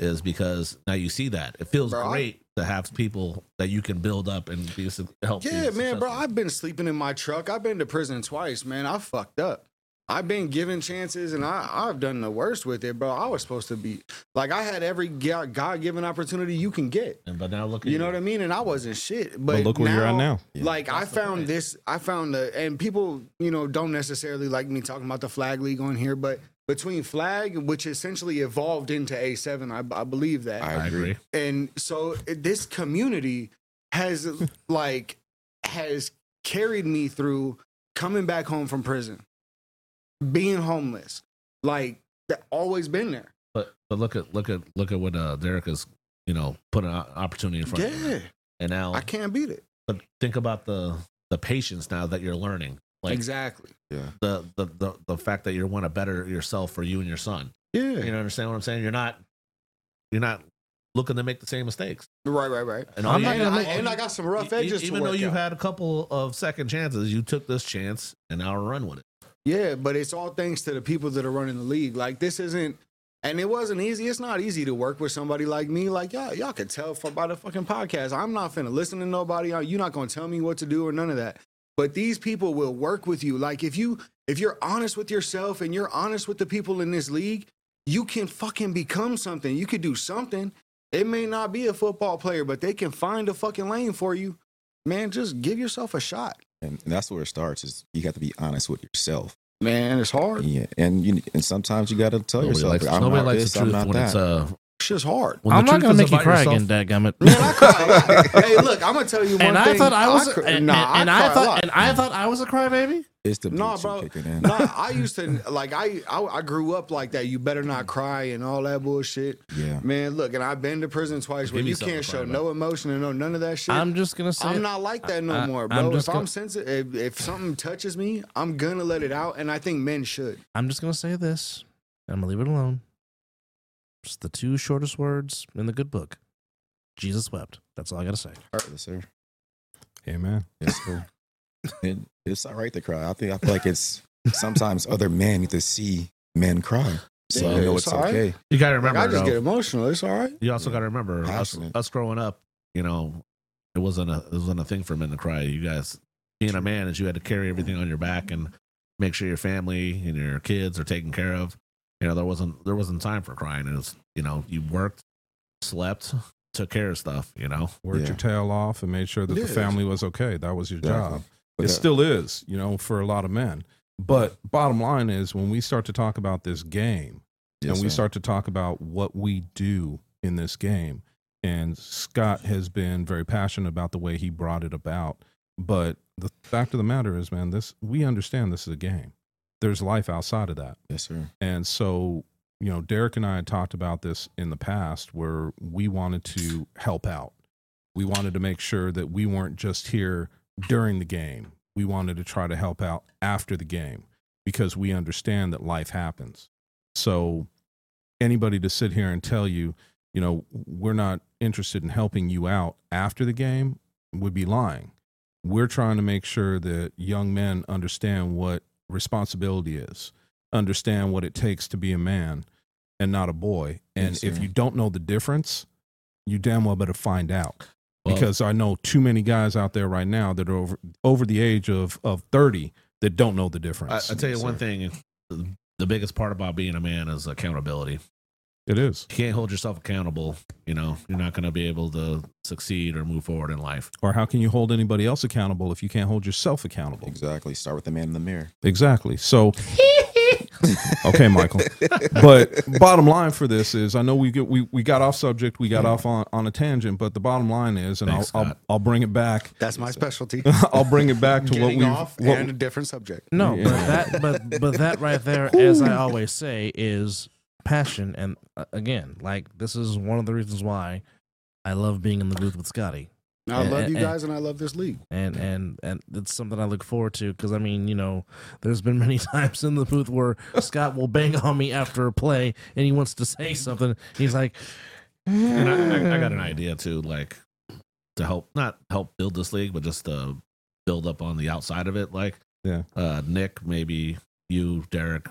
S3: is because now you see that it feels
S1: Bro, I-
S3: great to have people that you can build up and be su- help be
S1: Yeah, man, bro.
S3: successful.
S1: I've been sleeping in my truck. I've been to prison twice, man. I fucked up. I've been given chances, and I, I've done the worst with it, bro. I was supposed to be like I had every God given opportunity you can get.
S3: and, but now look at
S1: You know what I mean? And I wasn't shit. But,
S4: But, look where you're at now.
S1: Like I found this, I found the, and people, you know, don't necessarily like me talking about the flag league on here, but between flag, which essentially evolved into A7, I, I believe that.
S11: I
S3: I agree.
S1: and so it- this community has like has carried me through coming back home from prison, being homeless, like that always been there.
S3: But but look at look at look at what uh, Derek is you know putting an o- opportunity in front of you.
S1: Yeah,
S3: And now
S1: I can't beat it.
S3: but think about the the patience now that you're learning. Like
S1: exactly.
S3: the, the the the fact that you want to better yourself for you and your son.
S1: Yeah.
S3: You know, understand what I'm saying? You're not you're not looking to make the same mistakes.
S1: Right, right, right.
S3: And
S1: And,
S3: all
S1: I'm
S3: you
S1: not
S3: gotta
S1: gonna
S3: make-
S1: and I got some rough
S3: E- e-
S1: edges.
S3: even
S1: to
S3: though
S1: work
S3: you've
S1: out.
S3: had a couple of second chances, you took this chance and now run with it.
S1: Yeah, but it's all thanks to the people that are running the league. Like this isn't, and it wasn't easy. It's not easy to work with somebody like me. Like y'all, y'all could tell from by the fucking podcast. I'm not finna listen to nobody. Y'all- You're not gonna tell me what to do or none of that. But these people will work with you. Like if you if you're honest with yourself and you're honest with the people in this league, you can fucking become something. You could do something. It may not be a football player, but they can find a fucking lane for you. Man, just give yourself a shot.
S11: And, and that's where it starts. Is you got to be honest with yourself.
S1: Man, it's hard.
S11: Yeah, and you and sometimes you got to tell
S3: Nobody
S11: yourself,
S3: likes,
S11: I'm
S3: nobody
S11: not
S3: likes
S11: this,
S3: the
S11: I'm
S3: truth
S11: not
S3: when
S11: that.
S3: it's
S11: <laughs>
S3: uh
S1: Shit's hard.
S3: when
S2: I'm
S3: the
S2: not
S3: truth
S2: gonna
S3: is
S2: make you
S3: about
S2: cry
S3: yourself,
S2: again, dadgummit.
S1: Man, I cry. hey, look, I'm gonna tell you one
S2: and
S1: thing.
S2: I thought I was,
S1: cr-
S2: and,
S1: nah,
S2: and I,
S1: cry a
S2: thought,
S1: lot.
S2: and I thought I was a crybaby.
S11: it's the
S1: Nah,
S11: nah,
S1: bro.
S11: kicking in.
S1: nah, I used to like I, I I grew up like that. You better not cry and all that bullshit.
S11: Yeah,
S1: Man, look, and I've been to prison twice where
S3: Give me
S1: you
S3: something
S1: can't
S3: to
S1: show
S3: cry
S1: no emotion and no none of that shit.
S2: I'm just gonna say,
S1: I'm not like that no
S2: I-
S1: more,
S2: I'm
S1: bro. if
S2: just
S1: I'm
S2: gonna-
S1: sensitive, if, if something touches me, I'm gonna let it out, and I think men should.
S2: <laughs> I'm just gonna say this. and I'm gonna leave it alone. Just the two shortest words in the good book. Jesus wept. That's all I gotta say.
S11: yes, sir.
S4: Amen.
S11: Yes, sir. And it's all right to cry. I think I feel like it's sometimes other men need to see men cry, so
S1: Yeah,
S11: you know
S1: it's
S11: it's,
S1: all right.
S11: okay.
S3: you gotta
S1: Like,
S3: remember
S1: I just
S3: though,
S1: get emotional. It's all right.
S3: you also gotta remember us,
S11: Passionate.
S3: us growing up, you know, it wasn't a it wasn't a thing for men to cry. You guys being a man is you had to carry everything on your back and make sure your family and your kids are taken care of. You know, there wasn't there wasn't time for crying. It was you know, you worked, slept, took care of stuff, you know.
S4: Worked
S11: Yeah.
S4: your tail off and made sure that
S1: It
S4: the
S1: is.
S4: family was okay. That was your
S11: Exactly.
S4: job.
S11: But
S4: it
S11: that-
S4: still is, you know, for a lot of men. But bottom line is when we start to talk about this game
S11: yes,
S4: and we
S11: sir.
S4: start to talk about what we do in this game, and Scott has been very passionate about the way he brought it about. But the fact of the matter is, man, this we understand this is a game. There's life outside of that.
S11: Yes, sir.
S4: And so, you know, Derek and I had talked about this in the past where we wanted to help out. We wanted to make sure that we weren't just here during the game. We wanted to try to help out after the game because we understand that life happens. So, anybody to sit here and tell you, you know, we're not interested in helping you out after the game would be lying. We're trying to make sure that young men understand what responsibility is understand what it takes to be a man and not a boy. And
S11: Yes,
S4: if
S11: sir.
S4: you don't know the difference, you damn well better find out.
S3: Well-
S4: because I know too many guys out there right now that are over over the age of of thirty that don't know the
S3: I, I
S4: difference.
S3: tell you one thing: the biggest part about being a man is accountability.
S4: it is
S3: You can't hold yourself accountable. You know, you're not going to be able to succeed or move forward in life.
S4: or how can you hold anybody else accountable if you can't hold yourself accountable?
S11: Exactly. Start with the man in the mirror.
S4: Exactly.
S3: <laughs>
S4: So, okay, Michael. But bottom line for this is, I know we get we, we got off subject, we got off on, on a tangent, but the bottom line is, and
S3: Thanks,
S4: I'll, I'll
S3: Scott.
S4: I'll bring it back.
S1: That's my specialty.
S4: <laughs> I'll bring it back
S3: <laughs>
S4: to what
S1: Getting
S4: we
S1: off
S4: what,
S1: and a different subject.
S2: No,
S4: Yeah.
S2: but that, but but that right
S4: <laughs>
S2: there, as I always say, is passion. And uh, again, like this is one of the reasons why I love being in the booth with Scotty,
S1: I
S2: Eh,
S1: love
S2: eh,
S1: you
S2: eh.
S1: guys and I love this league.
S2: and and and it's something I look forward to because I mean, you know, there's been many <laughs> times in the booth where Scott will bang on me after a play and he wants to say something. He's like,
S3: And I, I, I got
S2: <laughs>
S3: an idea too, like to help not help build this league, but just to build up on the outside of it. Like,
S4: Yeah.
S3: uh, Nick, maybe you, Derek,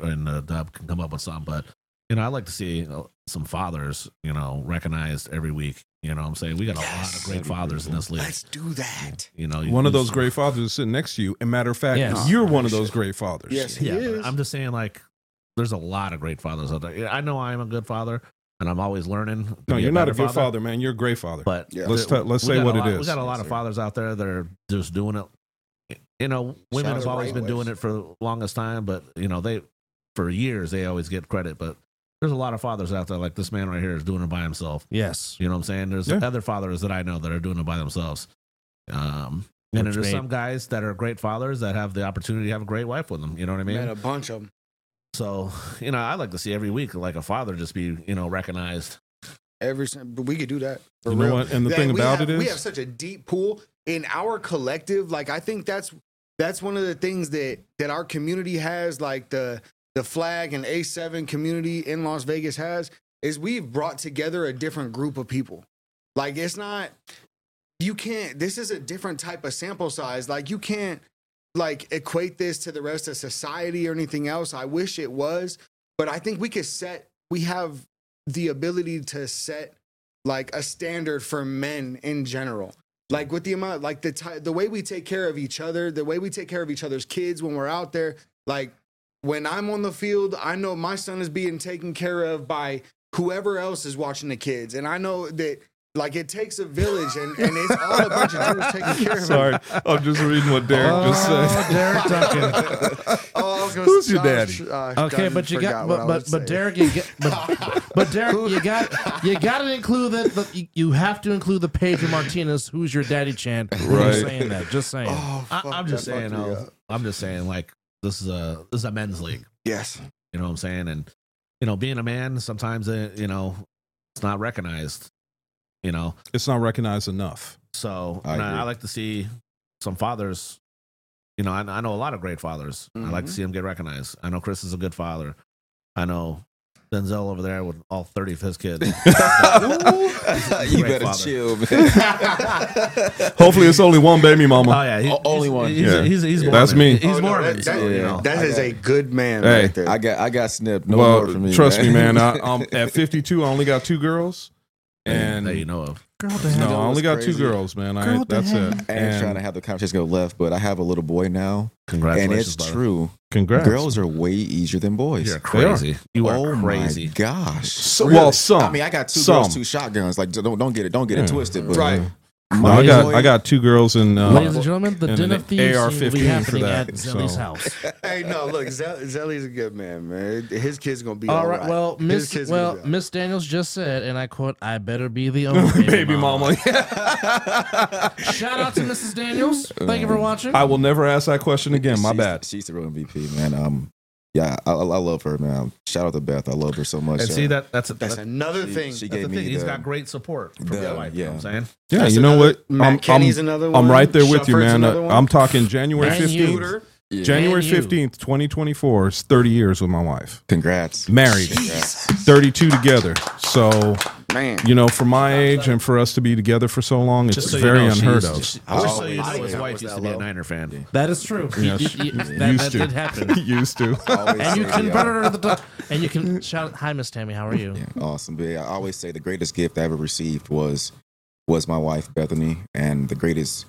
S3: and uh, Dub can come up with something. But you know, I like to see uh, some fathers, you know, recognized every week. You know, what I'm saying we got a lot of great fathers in this league.
S1: Let's do that.
S3: You know, you
S4: one of
S3: lose
S4: those
S3: some-
S4: great fathers is sitting next to you. And matter of fact,
S2: Yes.
S4: you're one of those great fathers.
S1: Yes, he
S3: Yeah,
S1: is.
S3: but I'm just saying, like, there's a lot of great fathers out there. Yeah, I know I am a good father, and I'm always learning. to
S4: No,
S3: be
S4: you're not a
S3: better
S4: good father, man. You're a great father.
S3: But
S1: Yeah.
S4: Let's ta- let's
S3: we
S4: say
S3: got
S4: what
S3: a
S4: it
S3: lot-
S4: is.
S3: We got a lot of fathers out there that are just doing it. You know, women
S11: out
S3: have
S11: to
S3: always
S11: Bright
S3: been doing
S11: Waves.
S3: it for the longest time, but you know, they for years they always get credit. But there's a lot of fathers out there, like this man right here, is doing it by himself.
S2: yes,
S3: You know what I'm saying? There's
S4: Yeah.
S3: other fathers that I know that are doing it by themselves. Um, and
S2: Which
S3: there's
S2: made-
S3: some guys that are great fathers that have the opportunity to have a great wife with them. You know what I mean?
S1: Man, a bunch of them.
S3: So, you know, I like to see every week like a father just be, you know, recognized.
S1: Every sin- but we could do that for
S4: You
S1: real.
S4: know what? And the
S1: That
S4: thing
S1: we
S4: about
S1: have-
S4: it
S1: we
S4: is-
S1: have such a deep pool in our collective. Like I think that's that's one of the things that that our community has, like the the flag and A seven community in Las Vegas has, is we've brought together a different group of people. Like it's not you can't. This is a different type of sample size. Like you can't like equate this to the rest of society or anything else. I wish it was, but I think we could set. We have the ability to set like a standard for men in general. Like with the amount, like the ty- the way we take care of each other, the way we take care of each other's kids when we're out there. Like when I'm on the field, I know my son is being taken care of by whoever else is watching the kids, and I know that like it takes a village, and, and it's all a bunch of dudes taking care of.
S3: <laughs>
S6: Sorry, I'm just reading what Derek just said.
S4: <laughs>
S2: Derek Duncan.
S1: <laughs> Oh, I was gonna-
S6: Who's your
S1: Josh,
S6: daddy?
S1: uh,
S2: Okay,
S1: Dunn
S2: but you
S1: forgot
S2: got
S1: what I
S2: but but,
S1: was
S2: but
S1: saying.
S2: Derek, you get but, but Derek, you got you got to include that. But you, you have to include the Pedro Martinez, who's your daddy, Chan.
S1: <laughs>
S2: Right,
S6: Right.
S2: you saying that. Just saying.
S1: Oh,
S3: I,
S1: fuck,
S3: I'm just
S1: that
S3: saying,
S1: fucked me
S3: though,
S1: up.
S3: I'm just saying, like, this is a this is a men's league.
S1: Yes.
S3: You know what I'm saying? And you know, being a man, sometimes it, you know, it's not recognized. You know,
S4: It's not
S1: <laughs>
S4: recognized enough.
S3: so
S11: I
S3: and I,
S11: agree.
S3: I like to see some fathers. You know, I, I know a lot of great fathers. I
S1: Mm-hmm.
S3: like to see them get recognized. I know Chris is a good father. I know Denzel over there with all 30 of
S1: <laughs>
S3: his kids.
S11: you
S3: Great
S11: better
S3: father.
S11: chill, man.
S4: Hopefully, it's only one baby mama.
S3: Oh yeah, he-
S11: O- only
S3: he's-
S11: one.
S3: He's,
S4: Yeah.
S3: he's, he's
S11: Yeah.
S3: Mormon.
S4: That's me.
S3: He's
S1: Oh, no,
S3: Mormon.
S1: that-
S3: so,
S1: that-
S3: you
S11: yeah.
S3: know.
S1: That is a good man
S4: Hey,
S1: right there.
S11: I got I got snipped. No
S4: well,
S11: more for me.
S4: trust
S11: man.
S4: me, man. I,
S1: <laughs>
S4: I'm at 52. I only got two girls, and
S3: that you know
S11: <laughs>
S3: of.
S2: Girl,
S4: no,
S2: damn.
S4: I only got two
S11: crazy.
S4: girls, man. I,
S2: Girl,
S4: that's
S2: damn.
S4: it.
S11: and, trying to have the conversation go left, but I have a little boy now, and
S3: Congratulations,
S11: it's
S3: brother.
S11: true.
S4: congrats,
S11: Girls are way easier than boys.
S3: You're crazy. You are
S11: oh
S3: crazy.
S11: my gosh.
S4: So, Well, some.
S11: I mean, I got two
S4: Some.
S11: girls, two shotguns. Like, don't don't get it, don't get
S4: Yeah.
S11: it twisted. But
S1: Right.
S4: uh, No, I got I got two girls and uh,
S2: Ladies and gentlemen, the
S4: and
S2: dinner
S4: an
S2: thieves will be
S4: AR-15
S2: happening
S4: for
S2: at
S4: that,
S2: Zelly's
S4: so. <laughs>
S2: house.
S1: hey, no, look, Zel- Zelly's a good man, man. His kid's gonna be
S2: All right. Well,
S1: His
S2: Miss
S1: kid's
S2: well
S1: gonna be all
S2: Miss Daniels just said, and I quote, "I better be the only
S4: baby
S2: <laughs>
S4: mama.
S2: Shout out to Mrs. Daniels. Thank you for watching.
S4: I will never ask that question again. My
S11: she's,
S4: bad.
S11: She's the real MVP, man. Um, yeah, I, I I love her, man. Shout out to Beth. I love her so much.
S3: And
S11: Uh,
S3: see that that's a,
S1: That's
S3: that's,
S1: another thing.
S11: she
S3: Oh, that's
S11: gave
S3: the
S11: me
S3: thing. He's
S11: the-
S3: got great support from
S11: the-
S3: your wife. You know what
S11: yeah.
S3: I'm saying?
S4: Yeah,
S1: That's
S4: you know
S1: another-
S4: what?
S1: Matt
S4: I'm,
S1: Kenny's
S4: I'm,
S1: another
S4: I'm
S1: one.
S4: right there with you,
S1: Shuffert's
S4: man.
S1: another
S4: Uh,
S1: one.
S4: I'm talking January
S2: Dang you.
S4: 15th. January
S2: And you.
S4: 15th, 2024 is 30 years with my wife.
S11: Congrats.
S4: Married.
S11: Congrats.
S4: 32 together. So,
S1: Man.
S4: you know, for my age and for us to be together for so long, it's
S3: Just so you
S4: very
S3: know,
S4: unheard
S3: she's-
S4: of.
S3: Just, just so
S11: Oh,
S3: you know,
S11: I
S3: his
S11: didn't know it
S3: wife
S11: was
S3: used to
S11: that
S3: be a
S11: low.
S3: Niner fan.
S2: That
S4: <laughs>
S2: is true.
S3: <laughs>
S4: Yes.
S2: You- you- that
S4: Used
S2: that
S4: to.
S2: did happen.
S4: Used to.
S11: Always
S2: And you
S11: say,
S2: converted her to the. And you can shout. Hi, Miss Tammy. How are you?
S11: yeah, awesome. But yeah, I always say the greatest gift I ever received was was my wife Bethany, and the greatest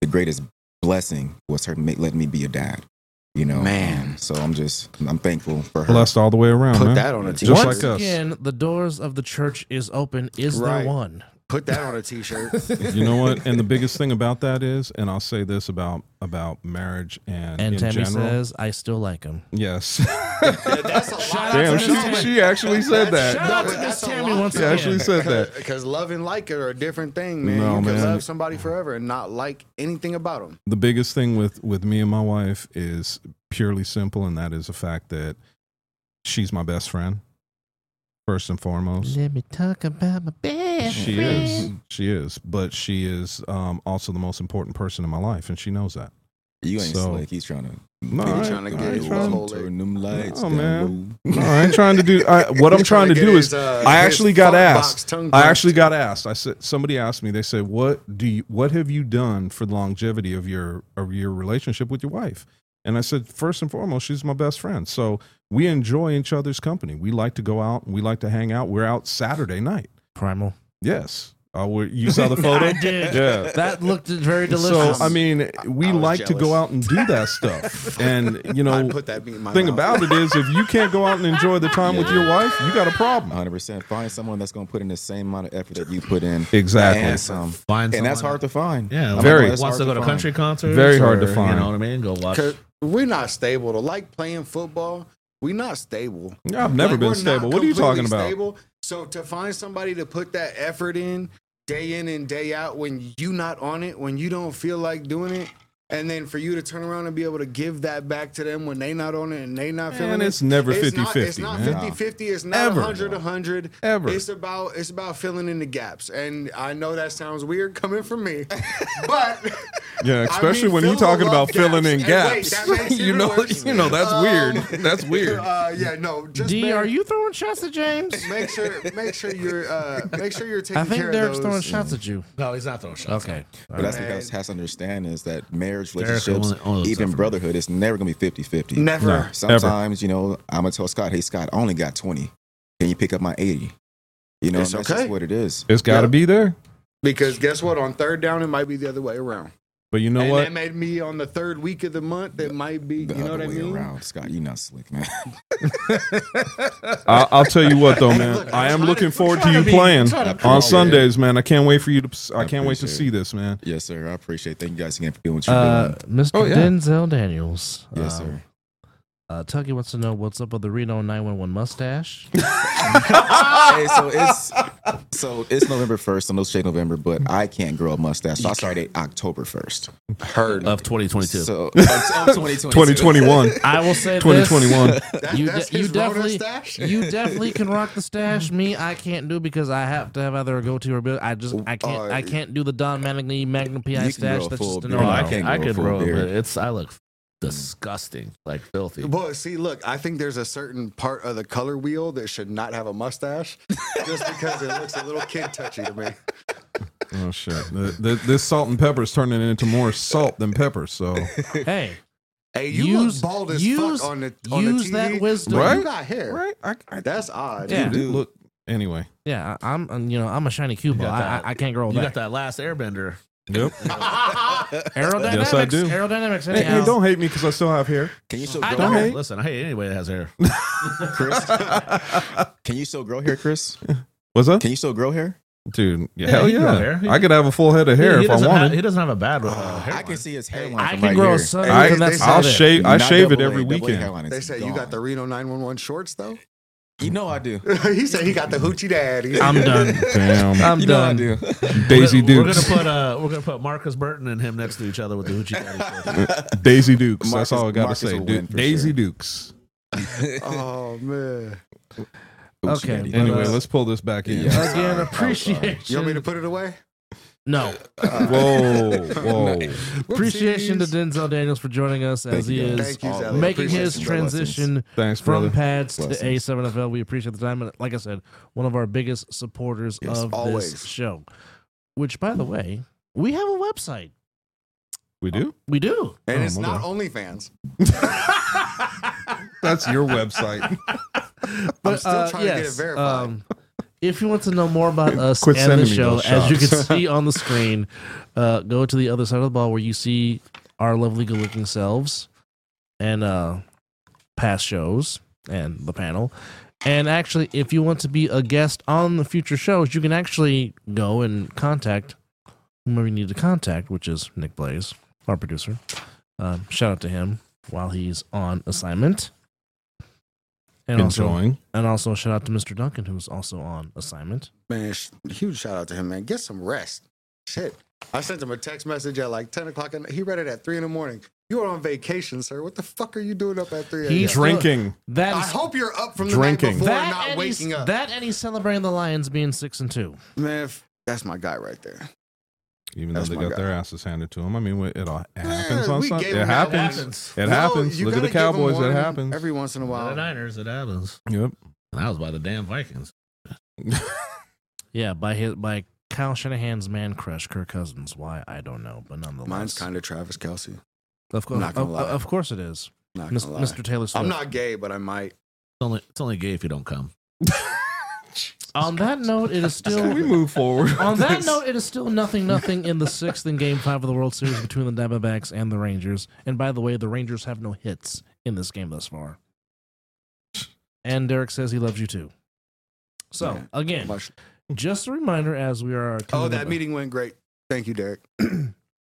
S11: the greatest blessing was her ma- letting me be a dad. You know,
S1: Man.
S11: Um, so I'm just I'm thankful for her.
S4: Blessed all the way around.
S1: Put
S4: man.
S1: that on a t-shirt.
S4: Just
S2: Once
S4: like us.
S2: again, the doors of the church is open. Is
S1: Right.
S2: there one?
S1: Put that on a t-shirt.
S4: you know what? And the biggest thing about that is, and I'll say this about about marriage and,
S2: And
S4: in
S2: Tammy
S4: general.
S2: says, "I still like him."
S4: yes.
S1: That's a lot.
S4: Damn,
S2: That's
S4: she,
S2: amazing.
S4: she actually said
S2: Shout
S4: that.
S2: out to Miss Tammy once
S4: She actually
S2: again.
S4: said
S1: <laughs>
S4: that.
S1: Because love and like it are a different thing, man.
S4: No,
S1: you can
S4: man.
S1: love somebody forever and not like anything about them.
S4: The biggest thing with with me and my wife is purely simple, and that is the fact that she's my best friend. First and foremost,
S2: <laughs> Let me talk about my best
S4: she
S2: friend.
S4: is. She is, but she is um, also the most important person in my life, and she knows that.
S11: You ain't
S4: So-
S11: slick. He's trying to.
S4: No,
S1: He
S4: I,
S1: tryna
S4: ain't-
S1: get
S4: I ain't
S1: his
S4: trying-
S1: whole-
S11: turn them lights
S4: No,
S11: down
S4: man.
S11: low.
S4: no, I ain't trying to do.
S1: <laughs>
S4: I, what I'm
S1: He's
S4: trying to
S1: get
S4: do is
S1: his, uh,
S4: I
S1: his
S4: actually got
S1: funk
S4: asked.
S1: box tongue
S4: I
S1: punched.
S4: actually got asked. I said somebody asked me. They said, "What do you? What have you done for the longevity of your of your relationship with your wife?" And I said, first and foremost, she's my best friend. So we enjoy each other's company. We like to go out. We like to hang out. We're out Saturday night.
S2: Primal.
S4: Yes. Uh, we you saw
S2: <laughs>
S4: the photo.
S2: I did.
S4: Yeah.
S2: That looked very delicious.
S4: So I mean, we
S1: I was
S4: like to go
S1: jealous.
S4: out and do
S1: <laughs>
S4: that stuff. and you
S1: I'd
S4: know,
S1: put that meat in my
S4: thing
S1: mouth.
S4: about it is, if you can't go out and enjoy the time with your wife, you got a problem.
S11: 100%. Find someone that's going to put in the same amount of effort that you put in.
S4: Exactly.
S11: And, some.
S3: Find
S11: and that's
S3: someone-
S11: hard to find.
S3: Yeah,
S11: I'm
S4: Very.
S11: like, oh,
S4: that's
S3: wants to go
S11: hard
S3: to
S11: find.
S3: country concerts.
S4: Very hard to
S3: or,
S4: find.
S3: You know what I mean? Go watch.
S1: Cause we're not stable. To like playing football, we're not stable.
S4: Yeah, I've never
S1: Like,
S4: been
S1: we're
S4: stable.
S1: not
S4: What are you talking
S1: completely Stable.
S4: about?
S1: So to find somebody to put that effort in day in and day out when you not on it, when you don't feel like doing it, and then for you to turn around and be able to give that back to them when they not on it and they not feeling
S4: And
S1: it.
S4: it's never
S1: It's
S4: 50
S1: not, it's
S4: 50.
S1: not
S4: man.
S1: 50 50. It's not
S4: Ever.
S1: 100 100.
S4: Ever.
S1: It's about it's about filling in the gaps. And I know that sounds weird coming from me, <laughs> but
S4: Yeah, especially when you're
S1: fill the
S4: talking
S1: love
S4: about filling in
S1: gaps.
S4: gaps.
S1: And wait,
S4: <laughs>
S1: that makes
S4: you
S1: even
S4: know,
S1: worse.
S4: you know that's
S1: Um,
S4: weird. That's weird.
S3: <laughs>
S1: uh, yeah, no. Just
S2: D,
S1: make,
S2: are you throwing shots at James?
S1: <laughs> make sure make sure you're uh, make sure you're taking
S2: I think
S1: care
S2: Derek's
S1: of
S2: throwing
S1: those.
S2: shots at you.
S3: No, he's not throwing shots.
S2: Okay.
S11: But that's what
S1: Man.
S11: guys has to understand is that marriage
S3: Derek
S11: relationships,
S3: only- only
S11: even
S3: suffered.
S11: brotherhood, it's never going to be 50 50.
S1: Never.
S11: Sometimes, you know, I'm going to tell Scott, hey, Scott, I only got 20. Can you pick up my 80? You know,
S1: It's
S11: and that's
S1: okay.
S11: just what it is.
S4: It's got to
S1: Yeah.
S4: be there.
S1: Because guess what? On third down, it might be the other way around.
S4: But you know
S1: and
S4: what?
S1: that made me on the third week of the month. It might be.
S11: The
S1: you know
S11: other
S1: what I
S11: way
S1: mean? <laughs>
S11: around. Scott, you're not slick, man.
S4: I, I'll tell you what, though, man.
S1: look,
S4: I
S1: I'm
S4: am
S1: trying
S4: looking
S1: to-
S4: forward to
S1: trying
S4: you
S1: to be-
S4: playing
S1: trying to
S4: on
S1: promote it.
S4: Sundays, man. I can't wait for you to. I
S11: I
S4: can't wait to
S11: appreciate
S4: see this, man.
S11: yes, sir. I appreciate Thank you guys again for doing what you're
S2: Uh, Mr.
S4: Oh, yeah.
S2: Denzel Daniels.
S11: doing. Yes,
S2: Um,
S11: sir.
S2: Uh, Tuggy wants to know what's up with the Reno 911 mustache.
S11: hey, so it's so it's November first. I'm no shade November, but I can't grow a mustache. So I started October first.
S1: Heard.
S3: Of 2022.
S11: So
S3: <laughs>
S11: of 2020.
S4: 2021.
S2: I will <laughs> say this.
S4: 2021.
S1: That,
S2: You,
S1: that's
S2: de- you
S1: his Rona
S2: definitely,
S1: stash?
S2: you definitely can rock the stash. Me, I can't do because I have to have either a goatee or a beard. I just, I can't, I can't do the Don Manigny Magnum
S11: You
S2: PI
S11: can
S2: stash.
S11: grow a
S2: That's
S11: full
S2: just a
S11: beard.
S2: no.
S11: Oh,
S3: I
S11: no.
S3: can.
S11: I
S3: I
S11: can
S3: can
S11: grow a
S3: grow,
S11: beard.
S3: but it's. I
S1: Mm.
S3: look disgusting, like filthy.
S1: <laughs> Well, see, look, I think there's a certain part of the color wheel that should not have a mustache just because it looks a little kid touchy to me.
S4: Oh shit! The, the, this salt and pepper is turning into more salt than pepper. So
S2: Hey,
S1: Hey, <laughs> you
S2: Use-
S1: look bald as
S2: use-
S1: fuck on the on
S2: use
S1: the
S2: that
S1: TV,
S2: wisdom.
S1: but
S4: Right?
S1: You got hair.
S4: I, I
S1: That's odd.
S2: Yeah.
S4: dude, look. Anyway,
S2: yeah, I- I'm, um, you know, I'm a shiny cube
S3: You
S2: ball.
S3: got
S2: I,
S3: that-
S2: I, I can't grow
S3: You
S2: that.
S3: got that last Airbender.
S4: yep.
S2: Aerodynamics.
S4: Yes, I do.
S2: Aerodynamics.
S4: Hey,
S2: anyhow.
S4: hey, don't hate me because I still have hair.
S11: Can you still
S2: I
S11: grow
S2: don't-
S11: hair,
S4: Hey.
S3: Listen, I hate anybody that
S4: <laughs>
S3: has hair.
S11: Chris? <laughs> Can you still grow hair, Chris?
S4: What's that,
S11: Can you still grow hair?
S4: dude?
S3: Yeah,
S4: hell
S3: you can grow
S4: yeah!
S3: hair.
S4: I could have a full head of hair
S3: he,
S4: if I
S3: doesn't Have,
S4: wanted.
S3: he doesn't have a bad uh,
S4: <laughs>
S3: hair.
S11: I can see his hairline.
S2: I
S11: from
S2: can
S11: right
S2: grow
S11: here.
S2: a sun.
S1: Hey,
S4: I,
S1: they
S2: that's
S1: said
S4: I'll
S2: about it.
S4: shave. I
S11: Not
S4: shave it
S11: double A,
S4: every
S11: double A
S4: weekend.
S11: hairline,
S1: They
S11: it's
S1: say you
S11: gone.
S1: got the Reno 911 shorts though.
S11: You know I do.
S1: <laughs> he said he got the hoochie
S4: <laughs>
S1: daddy.
S2: I'm done.
S4: Damn,
S2: I'm
S11: you know I
S4: <laughs>
S2: done.
S11: do.
S4: Daisy
S3: We're- We're
S4: Dukes.
S3: gonna put uh, we're gonna put Marcus Burton and him next to each other with the hoochie daddy.
S4: <laughs>
S3: shit.
S4: Daisy Dukes.
S11: Marcus-
S4: That's all I gotta
S11: Marcus
S4: say.
S11: will
S4: Du-
S11: win for
S4: Daisy
S11: sure.
S4: Dukes.
S1: oh man.
S11: Oops,
S2: Okay,
S11: Daddy.
S2: but,
S4: Anyway,
S2: uh,
S4: let's pull this back in.
S11: Yeah.
S1: <laughs>
S2: Again,
S11: Sorry.
S2: appreciation.
S1: You want me to put it away?
S2: No.
S1: <laughs>
S4: Whoa, whoa.
S2: Appreciation to Denzel Daniels for joining us as he
S11: you.
S2: is
S11: Thank you, Sally.
S2: making his
S11: Appreciation.
S2: transition
S4: Thanks,
S2: from
S4: brother.
S2: pads to
S11: Blessings.
S2: A7FL. We appreciate the time. And like I said, one of our biggest supporters
S11: Yes,
S2: of this
S11: always.
S2: show, which, by the way, we have a website.
S4: We do?
S2: We do.
S1: And
S4: Oh,
S1: it's
S4: my
S1: not
S4: God.
S1: OnlyFans.
S4: That's your website.
S2: <laughs>
S1: I'm still trying to get it verified.
S2: uh, um, if you want to know more about us
S4: Quit
S2: and the
S4: sending me
S2: show,
S4: those
S2: as you can
S4: shots.
S2: see on the
S11: <laughs>
S2: screen, uh, go to the other side of the ball where you see our lovely good looking selves and uh, past shows and the panel. And actually, if you want to be a guest on the future shows, you can actually go and contact whomever you need to contact, which is Nick Blaze, our producer. Um, shout out to him while he's on assignment. And also,
S4: Enjoying.
S2: and also shout out to Mr. Duncan, who's also on assignment.
S1: Man, sh- huge shout out to him, man. Get some rest. Shit. I sent him a text message at like 10 o'clock and he read it at 3 in the morning. You are on vacation, sir. What the fuck are you doing up at 3
S2: He's
S1: a.m.?
S4: Drinking.
S2: That
S1: I
S2: is
S1: hope you're up from the
S4: Drinking.
S1: night before and
S2: that,
S1: not
S2: and
S1: waking
S2: he's,
S1: up.
S2: that and he's celebrating the Lions being six and two.
S1: man, if- that's my guy right there.
S4: Even though
S1: That's
S4: they
S1: my
S4: got
S1: guy.
S4: their asses handed to them. I mean, it, all, it happens
S1: Yeah,
S4: on
S1: we
S4: Sunday.
S1: gave
S4: It
S1: him that one.
S4: happens. It
S1: No,
S4: happens.
S1: you
S4: Look at
S1: gotta
S4: the
S1: give him
S4: Cowboys.
S1: one
S4: It happens.
S1: Every once in a
S3: By the
S1: while.
S3: Niners, it happens.
S4: yep.
S3: And that was by the damn Vikings.
S2: <laughs> Yeah, by his by Kyle Shanahan's man crush, Kirk Cousins. Why I don't know, but nonetheless,
S1: Mine's kind of Travis Kelsey.
S2: of course,
S1: not
S2: of,
S1: gonna lie.
S2: of course it is,
S1: Not
S2: Mis-
S1: gonna lie.
S2: Mr. Taylor Swift.
S1: I'm not gay, but I might.
S3: It's only it's only gay if you don't come.
S1: <laughs>
S2: On that note,
S4: <laughs>
S2: it is
S4: Can we
S2: still.
S4: move forward?
S2: On that note, it is still nothing, nothing in the sixth and game five of the World Series between the Diamondbacks and the Rangers. And by the way, the Rangers have no hits in this game thus far. And Derek says he loves you too. So
S1: Yeah.
S2: again,
S1: Much-
S2: Just a reminder as we are.
S1: Oh, that meeting went great. Thank you, Derek.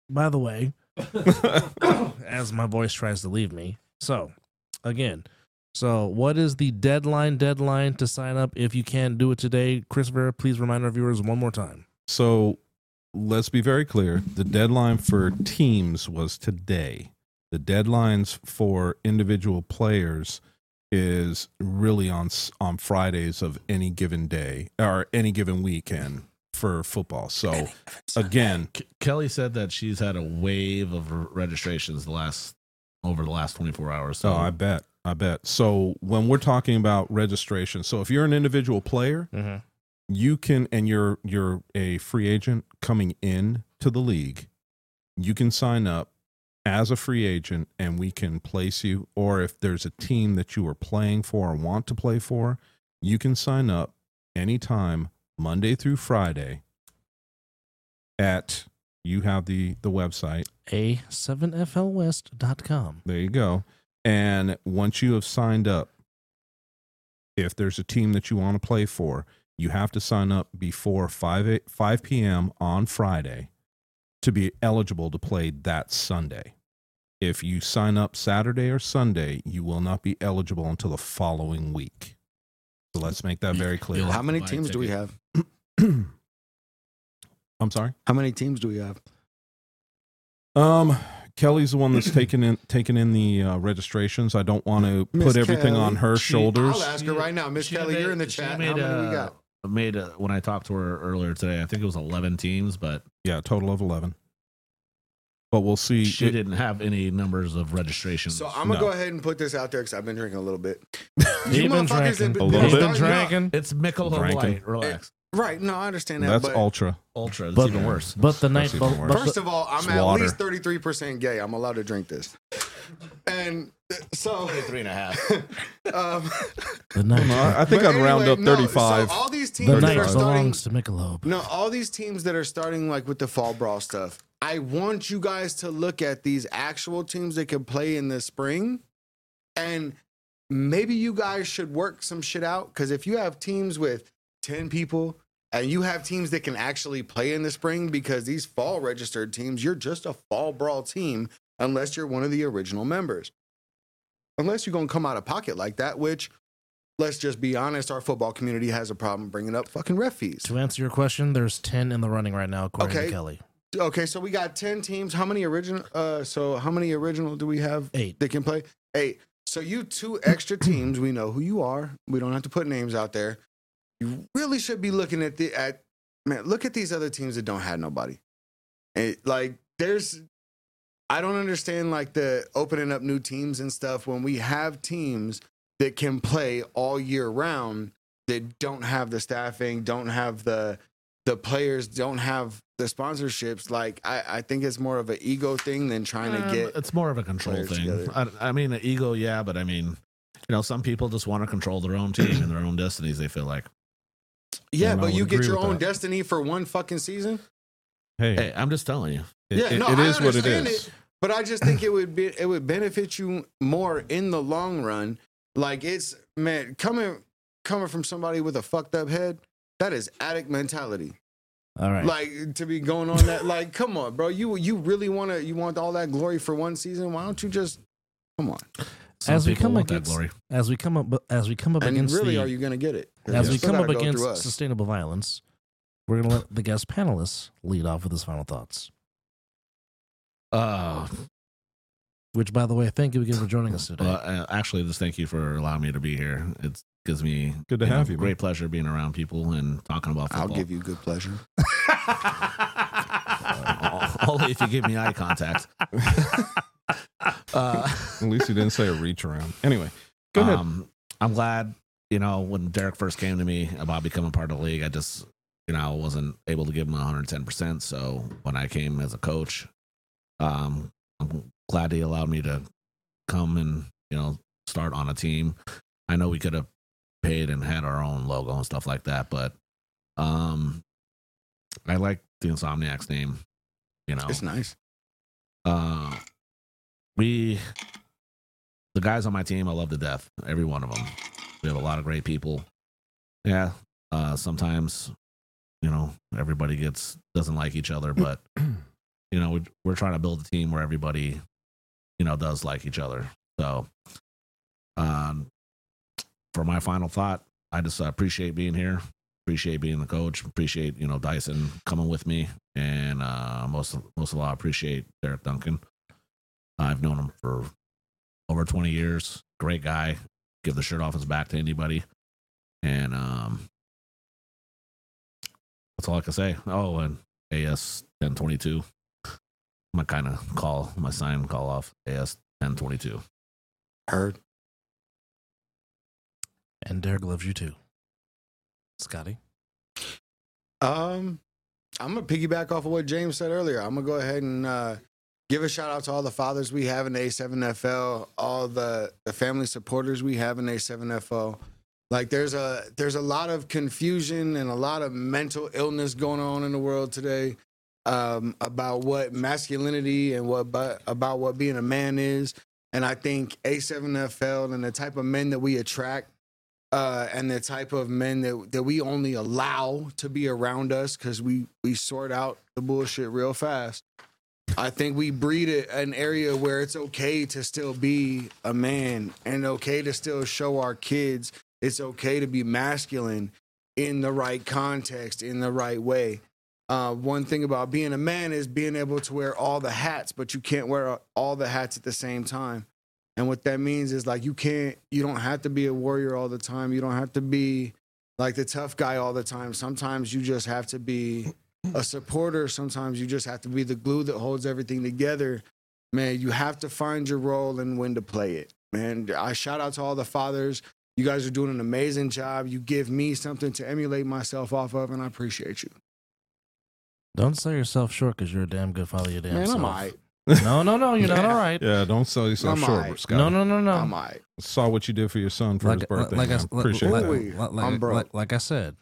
S2: By
S1: <laughs>
S2: the way, as my voice tries to leave me. So, again, so what is the deadline? Deadline to sign up if you can do it today. Christopher, please remind our viewers one more time.
S4: So let's be very clear. The deadline for teams was today. The deadlines for individual players is really on s- on Fridays of any given day or any given weekend for football. So again,
S3: K- Kelly said that she's had a wave of r- registrations the last over the last 24 hours. So
S4: oh, I bet. I bet. So when we're talking about registration, so if you're an individual player,
S2: Mm-hmm.
S4: you can and you're you're a free agent coming in to the league you can sign up as a free agent and we can place you or if there's a team that you are playing for or want to play for you can sign up anytime monday through friday at you have the the website
S2: A7flwest.com.
S4: there you go. And once you have signed up, if there's a team that you want to play for, you have to sign up before 5, 8, 5 p.m. on Friday to be eligible to play that Sunday. If you sign up Saturday or Sunday, you will not be eligible until the following week. So let's make that very clear.
S1: How many teams do we have?
S4: I'm sorry.
S1: How many teams do we have?
S4: Um, Kelly's the one that's taking in taking in the uh, registrations. I don't want to
S1: Miss
S4: put everything
S1: Kelly.
S4: on her
S3: She-
S4: shoulders.
S1: I'll ask her right now. Miss
S3: She
S1: Kelly,
S3: made-
S1: you're in the
S3: she
S1: chat.
S3: made,
S1: How many we
S3: uh,
S1: got?
S3: made a, when I talked to her earlier today. I think it was 11 teams, but
S4: Yeah, total of eleven. But we'll see.
S3: she
S4: It-
S3: didn't have any numbers of registrations.
S1: So I'm gonna
S4: No.
S1: go ahead and put this out there because I've been drinking a little bit.
S2: He's been
S1: motherfuckers
S2: drinking.
S1: been-
S4: A little
S2: He's been
S1: bit.
S2: drinking.
S3: it's Michelob
S4: Drinking.
S3: Light. Relax.
S1: Right? No, I understand that.
S4: that's
S1: but
S4: ultra.
S3: Ultra. It's
S2: But-
S3: even worse.
S2: But the night,
S4: even
S2: but,
S4: worse.
S2: but
S1: first of all, I'm
S4: it's
S1: at
S4: water.
S1: least 33 percent gay. I'm allowed to drink this. And uh, so,
S3: Three and a half.
S1: <laughs> um,
S2: the night,
S4: I think
S1: but
S4: I'd round
S1: anyway,
S4: up
S1: no,
S4: thirty-five.
S1: so all these teams
S2: the
S4: Thirty
S1: that are
S2: night
S4: five.
S1: starting
S2: belongs to Michelob.
S1: No, all these teams that are starting like with the fall brawl stuff. I want you guys to look at these actual teams that can play in the spring, and maybe you guys should work some shit out. Because if you have teams with ten people and you have teams that can actually play in the spring, because these fall registered teams, you're just a fall brawl team unless you're one of the original members. Unless you're gonna come out of pocket like that, which. Let's just be honest. Our football community has a problem bringing up fucking ref fees.
S2: To answer your question, there's ten in the running right now, according
S1: Okay.
S2: to Kelly.
S1: Okay, so we got 10 teams. How many original uh so how many original do we have
S2: Eight.
S1: that can play? 8. So you two extra teams, we know who you are. We don't have to put names out there. You really should be looking at the at man, look at these other teams that don't have nobody. It, like there's I don't understand like the opening up new teams and stuff when we have teams that can play all year round that don't have the staffing, don't have the the players, don't have the sponsorships. Like I, I think it's more of an ego thing than trying
S3: Um,
S1: to get
S3: it's more of a control
S1: players
S3: thing.
S1: together.
S3: I, I mean, the ego, yeah, but I mean, you know, some people just want to control their own team and their own destinies. They feel like,
S1: Yeah,
S3: And I
S1: but
S3: would
S1: you get
S3: agree
S1: your
S3: with
S1: own
S3: that.
S1: destiny for one fucking season.
S4: Hey,
S3: hey, I'm just telling you.
S4: it-
S1: Yeah,
S4: it-
S1: no,
S4: it
S1: I
S4: is what it
S1: understand
S4: is.
S1: But I just think it would be it would benefit you more in the long run. Like it's man coming coming from somebody with a fucked up head. That is addict mentality.
S2: All right.
S1: Like to be going on that. Like, come on, bro. You you really want to you want all that glory for one season? Why don't you just come on?
S3: Some
S2: As we
S3: people
S2: come
S3: want that
S2: against-
S3: glory.
S2: as we come up as we come up
S1: And
S2: against
S1: really,
S2: the,
S1: are you gonna get it? 'Cause
S2: as
S1: you
S2: we
S1: still
S2: come up
S1: gotta go through
S2: against
S1: us.
S2: sustainable violence, we're gonna let the guest panelists lead off with his final thoughts.
S3: Uh,
S2: Which, by the way, thank you again for joining us today. <clears throat>
S3: well, uh, actually, just thank you for allowing me to be here. It gives me
S4: Good to
S3: know,
S4: have you, man.
S3: Great pleasure being around people and talking about
S1: I'll
S3: football.
S1: give you good
S3: <laughs>
S1: pleasure.
S3: Uh, only if you give me
S1: <laughs>
S3: eye contact. <laughs> uh,
S4: At least you didn't say a reach around. Anyway, go ahead.
S3: Um, I'm glad, you know, when Derek first came to me about becoming part of the league, I just, you know, I wasn't able to give him 110%. So when I came as a coach, um, I'm glad he allowed me to come and, you know, start on a team. I know we could have paid and had our own logo and stuff like that, but um, I like the Insomniac's name, you know
S1: It's nice.
S3: uh, we the guys on my team i love to death every one of them we have a lot of great people yeah uh sometimes you know everybody gets doesn't like each other but you know we, we're trying to build a team where everybody you know does like each other so um for my final thought i just uh, appreciate being here appreciate being the coach appreciate you know dyson coming with me and uh most of, most of all i appreciate derek duncan i've known him for over 20 years great guy give the shirt off his back to anybody and um that's all i can say oh and as 1022 my kind of call my sign call off as 1022
S1: Heard.
S2: and Derek loves you too, Scotty.
S1: Um, I'm gonna piggyback off of what James said earlier. I'm gonna go ahead and uh, give a shout out to all the fathers we have in A7FL, all the the family supporters we have in A7FL. Like there's a there's a lot of confusion and a lot of mental illness going on in the world today um, about what masculinity and what but about what being a man is. And I think A7FL and the type of men that we attract uh, and the type of men that, that we only allow to be around us because we, we sort out the bullshit real fast. I think we breed it, an area where it's okay to still be a man and okay to still show our kids it's okay to be masculine in the right context, in the right way. Uh, one thing about being a man is being able to wear all the hats, but you can't wear all the hats at the same time. And what that means is like you can't, you don't have to be a warrior all the time. You don't have to be like the tough guy all the time. Sometimes you just have to be a supporter. Sometimes you just have to be the glue that holds everything together. Man, you have to find your role and when to play it. Man, I shout out to all the fathers. You guys are doing an amazing job. You give me something to emulate myself off of, and I appreciate you.
S2: Don't sell yourself short because you're a damn good father. You damn
S1: Man,
S2: self.
S1: I'm all right.
S2: No, no, no, you're not all right.
S4: yeah, don't sell yourself
S1: I'm
S4: short,
S1: alright.
S4: Scott.
S2: No, no, no, no.
S1: I'm all right.
S4: Saw what you did for your son for his birthday.
S2: like, I-
S4: man. appreciate
S2: like,
S4: that.
S1: Ooh,
S2: like- like-
S1: I'm broke.
S2: like- like I said,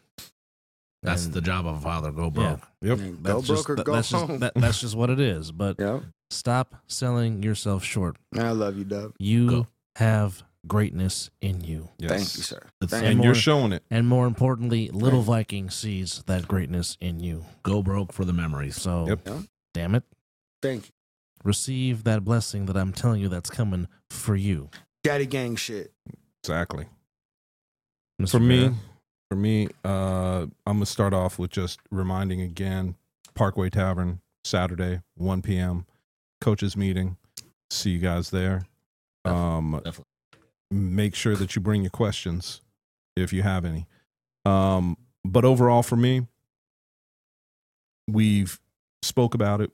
S3: that's
S2: And
S3: the job of a father go broke
S4: Yep.
S1: Man,
S2: that's
S1: Go
S2: just-
S1: broke or
S2: that-
S1: go
S2: that's just-
S1: home.
S2: that-
S1: <laughs>
S2: that's just what it is. But
S1: yeah.
S2: stop selling yourself short.
S1: Man, I love you, Dub.
S2: You
S3: Go.
S2: have greatness in you,
S4: Yes.
S1: Thank you, sir.
S3: It's-
S1: Thank
S4: And
S2: more-
S4: you're showing it.
S2: and more importantly, little Viking sees that greatness in you.
S3: go broke for the memories
S2: So,
S4: Yep.
S1: Yeah.
S2: damn it,
S1: Thank you.
S2: receive that blessing that I'm telling you that's coming for you.
S1: Daddy gang shit.
S4: Exactly.
S2: Mr.
S4: For me,
S2: Vera.
S4: for me, uh, I'm gonna start off with just reminding again: Parkway Tavern, Saturday, 1 p.m. Coaches meeting. See you guys there. Um,
S3: Definitely.
S4: make sure that you bring your questions if you have any. Um, but overall, for me, we've spoke about it.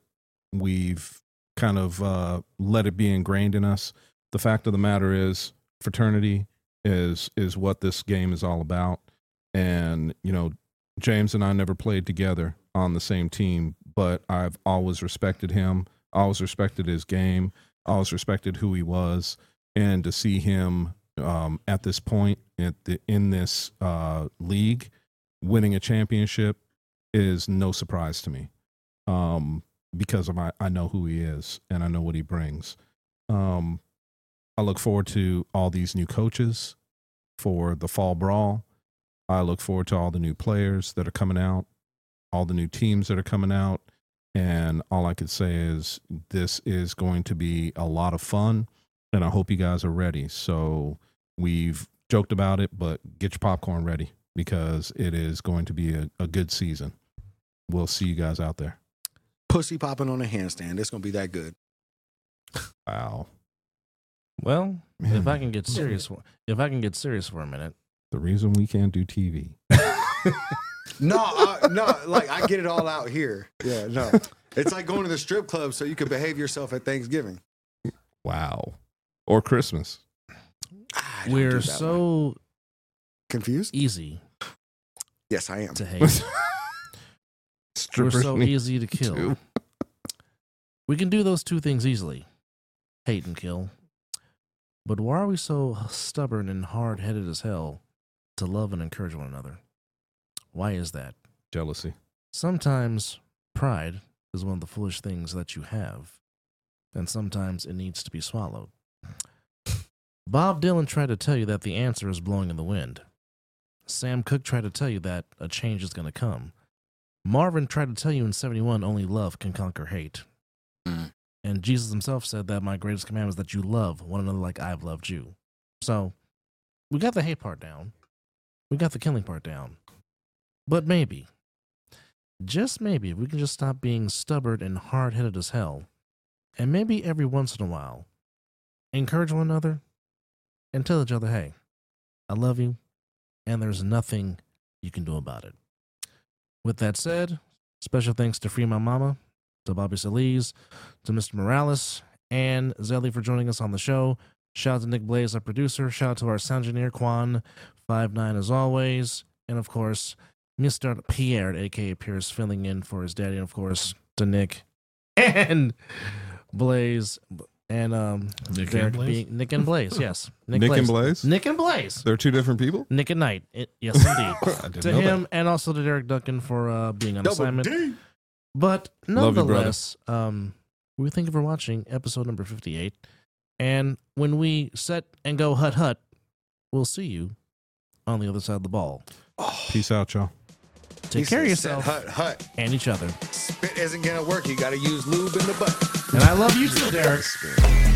S4: we've kind of uh, let it be ingrained in us. The fact of the matter is, fraternity is is what this game is all about. And you know, James and I never played together on the same team, but I've always respected him. Always respected his game. Always respected who he was. And to see him um, at this point at the, in this uh, league, winning a championship is no surprise to me um, because of my, I know who he is and I know what he brings. Um, I look forward to all these new coaches for the fall brawl. I look forward to all the new players that are coming out, all the new teams that are coming out. And all I could say is this is going to be a lot of fun. And I hope you guys are ready. So we've joked about it, but get your popcorn ready because it is going to be a, a good season. We'll see you guys out there.
S1: Pussy popping on a handstand. It's gonna be that good.
S4: Wow.
S2: Well, if I can get serious, for, if I can get serious for a minute,
S4: The reason we can't do TV.
S1: No, I, no, like I get it all out here. Yeah, no. It's like going to the strip club so you can behave yourself at Thanksgiving.
S4: Wow. Or Christmas.
S1: I Ah, don't do
S2: we're
S1: that one.
S2: so
S1: confused.
S2: easy
S1: Yes, I am.
S2: to
S1: <laughs>
S2: hate. we're so
S4: need-
S2: easy to
S4: <laughs>
S2: kill.
S4: to.
S2: We can do those two things easily hate and kill. But why are we so stubborn and hard headed as hell to love and encourage one another? Why is that?
S4: jealousy.
S2: Sometimes pride is one of the foolish things that you have, and sometimes it needs to be swallowed. Bob Dylan tried to tell you that the answer is blowing in the wind. Sam Cooke tried to tell you that a change is going to come. Marvin tried to tell you in 71 only love can conquer hate.
S1: Mm.
S2: And Jesus himself said that my greatest commandment is that you love one another like I've loved you. So we got the hate part down, we got the killing part down. But maybe, just maybe if we can just stop being stubborn and hard headed as hell, and maybe every once in a while, encourage one another and tell each other, hey, I love you, and there's nothing you can do about it. With that said, special thanks to Free My Mama, to Bobby Solis, to Mr. Morales, and Zelly for joining us on the show. Shout out to Nick Blaze, our producer. Shout out to our sound engineer, Quan Five Nine, as always. And of course, Mr. Pierre, aka Pierce, filling in for his daddy, and of course to Nick <laughs> and Blaze and um
S3: Nick and
S2: Derek
S3: Blaze?
S2: being- Nick
S4: <laughs>
S2: and Blaze, yes,
S4: Nick and Blaze?
S2: Nick and Blaze,
S4: They're two different people?
S2: Nick and Knight, It- yes
S4: <laughs>
S2: indeed.
S4: I didn't
S2: to
S4: know that.
S2: him and also to Derek Duncan for uh being on
S1: Double
S2: assignment.
S1: D.
S2: But
S4: Love you, brother.
S2: nonetheless, um, we thank you for watching episode number 58. And when we set and go hut hut, we'll see you on the other side of the ball.
S4: Peace out, y'all.
S1: He
S2: Take care of
S1: said,
S2: yourself
S1: Hut, hut.
S2: and each other.
S1: Spit isn't gonna work. You gotta use lube in the butt.
S2: And I love you too, Derek.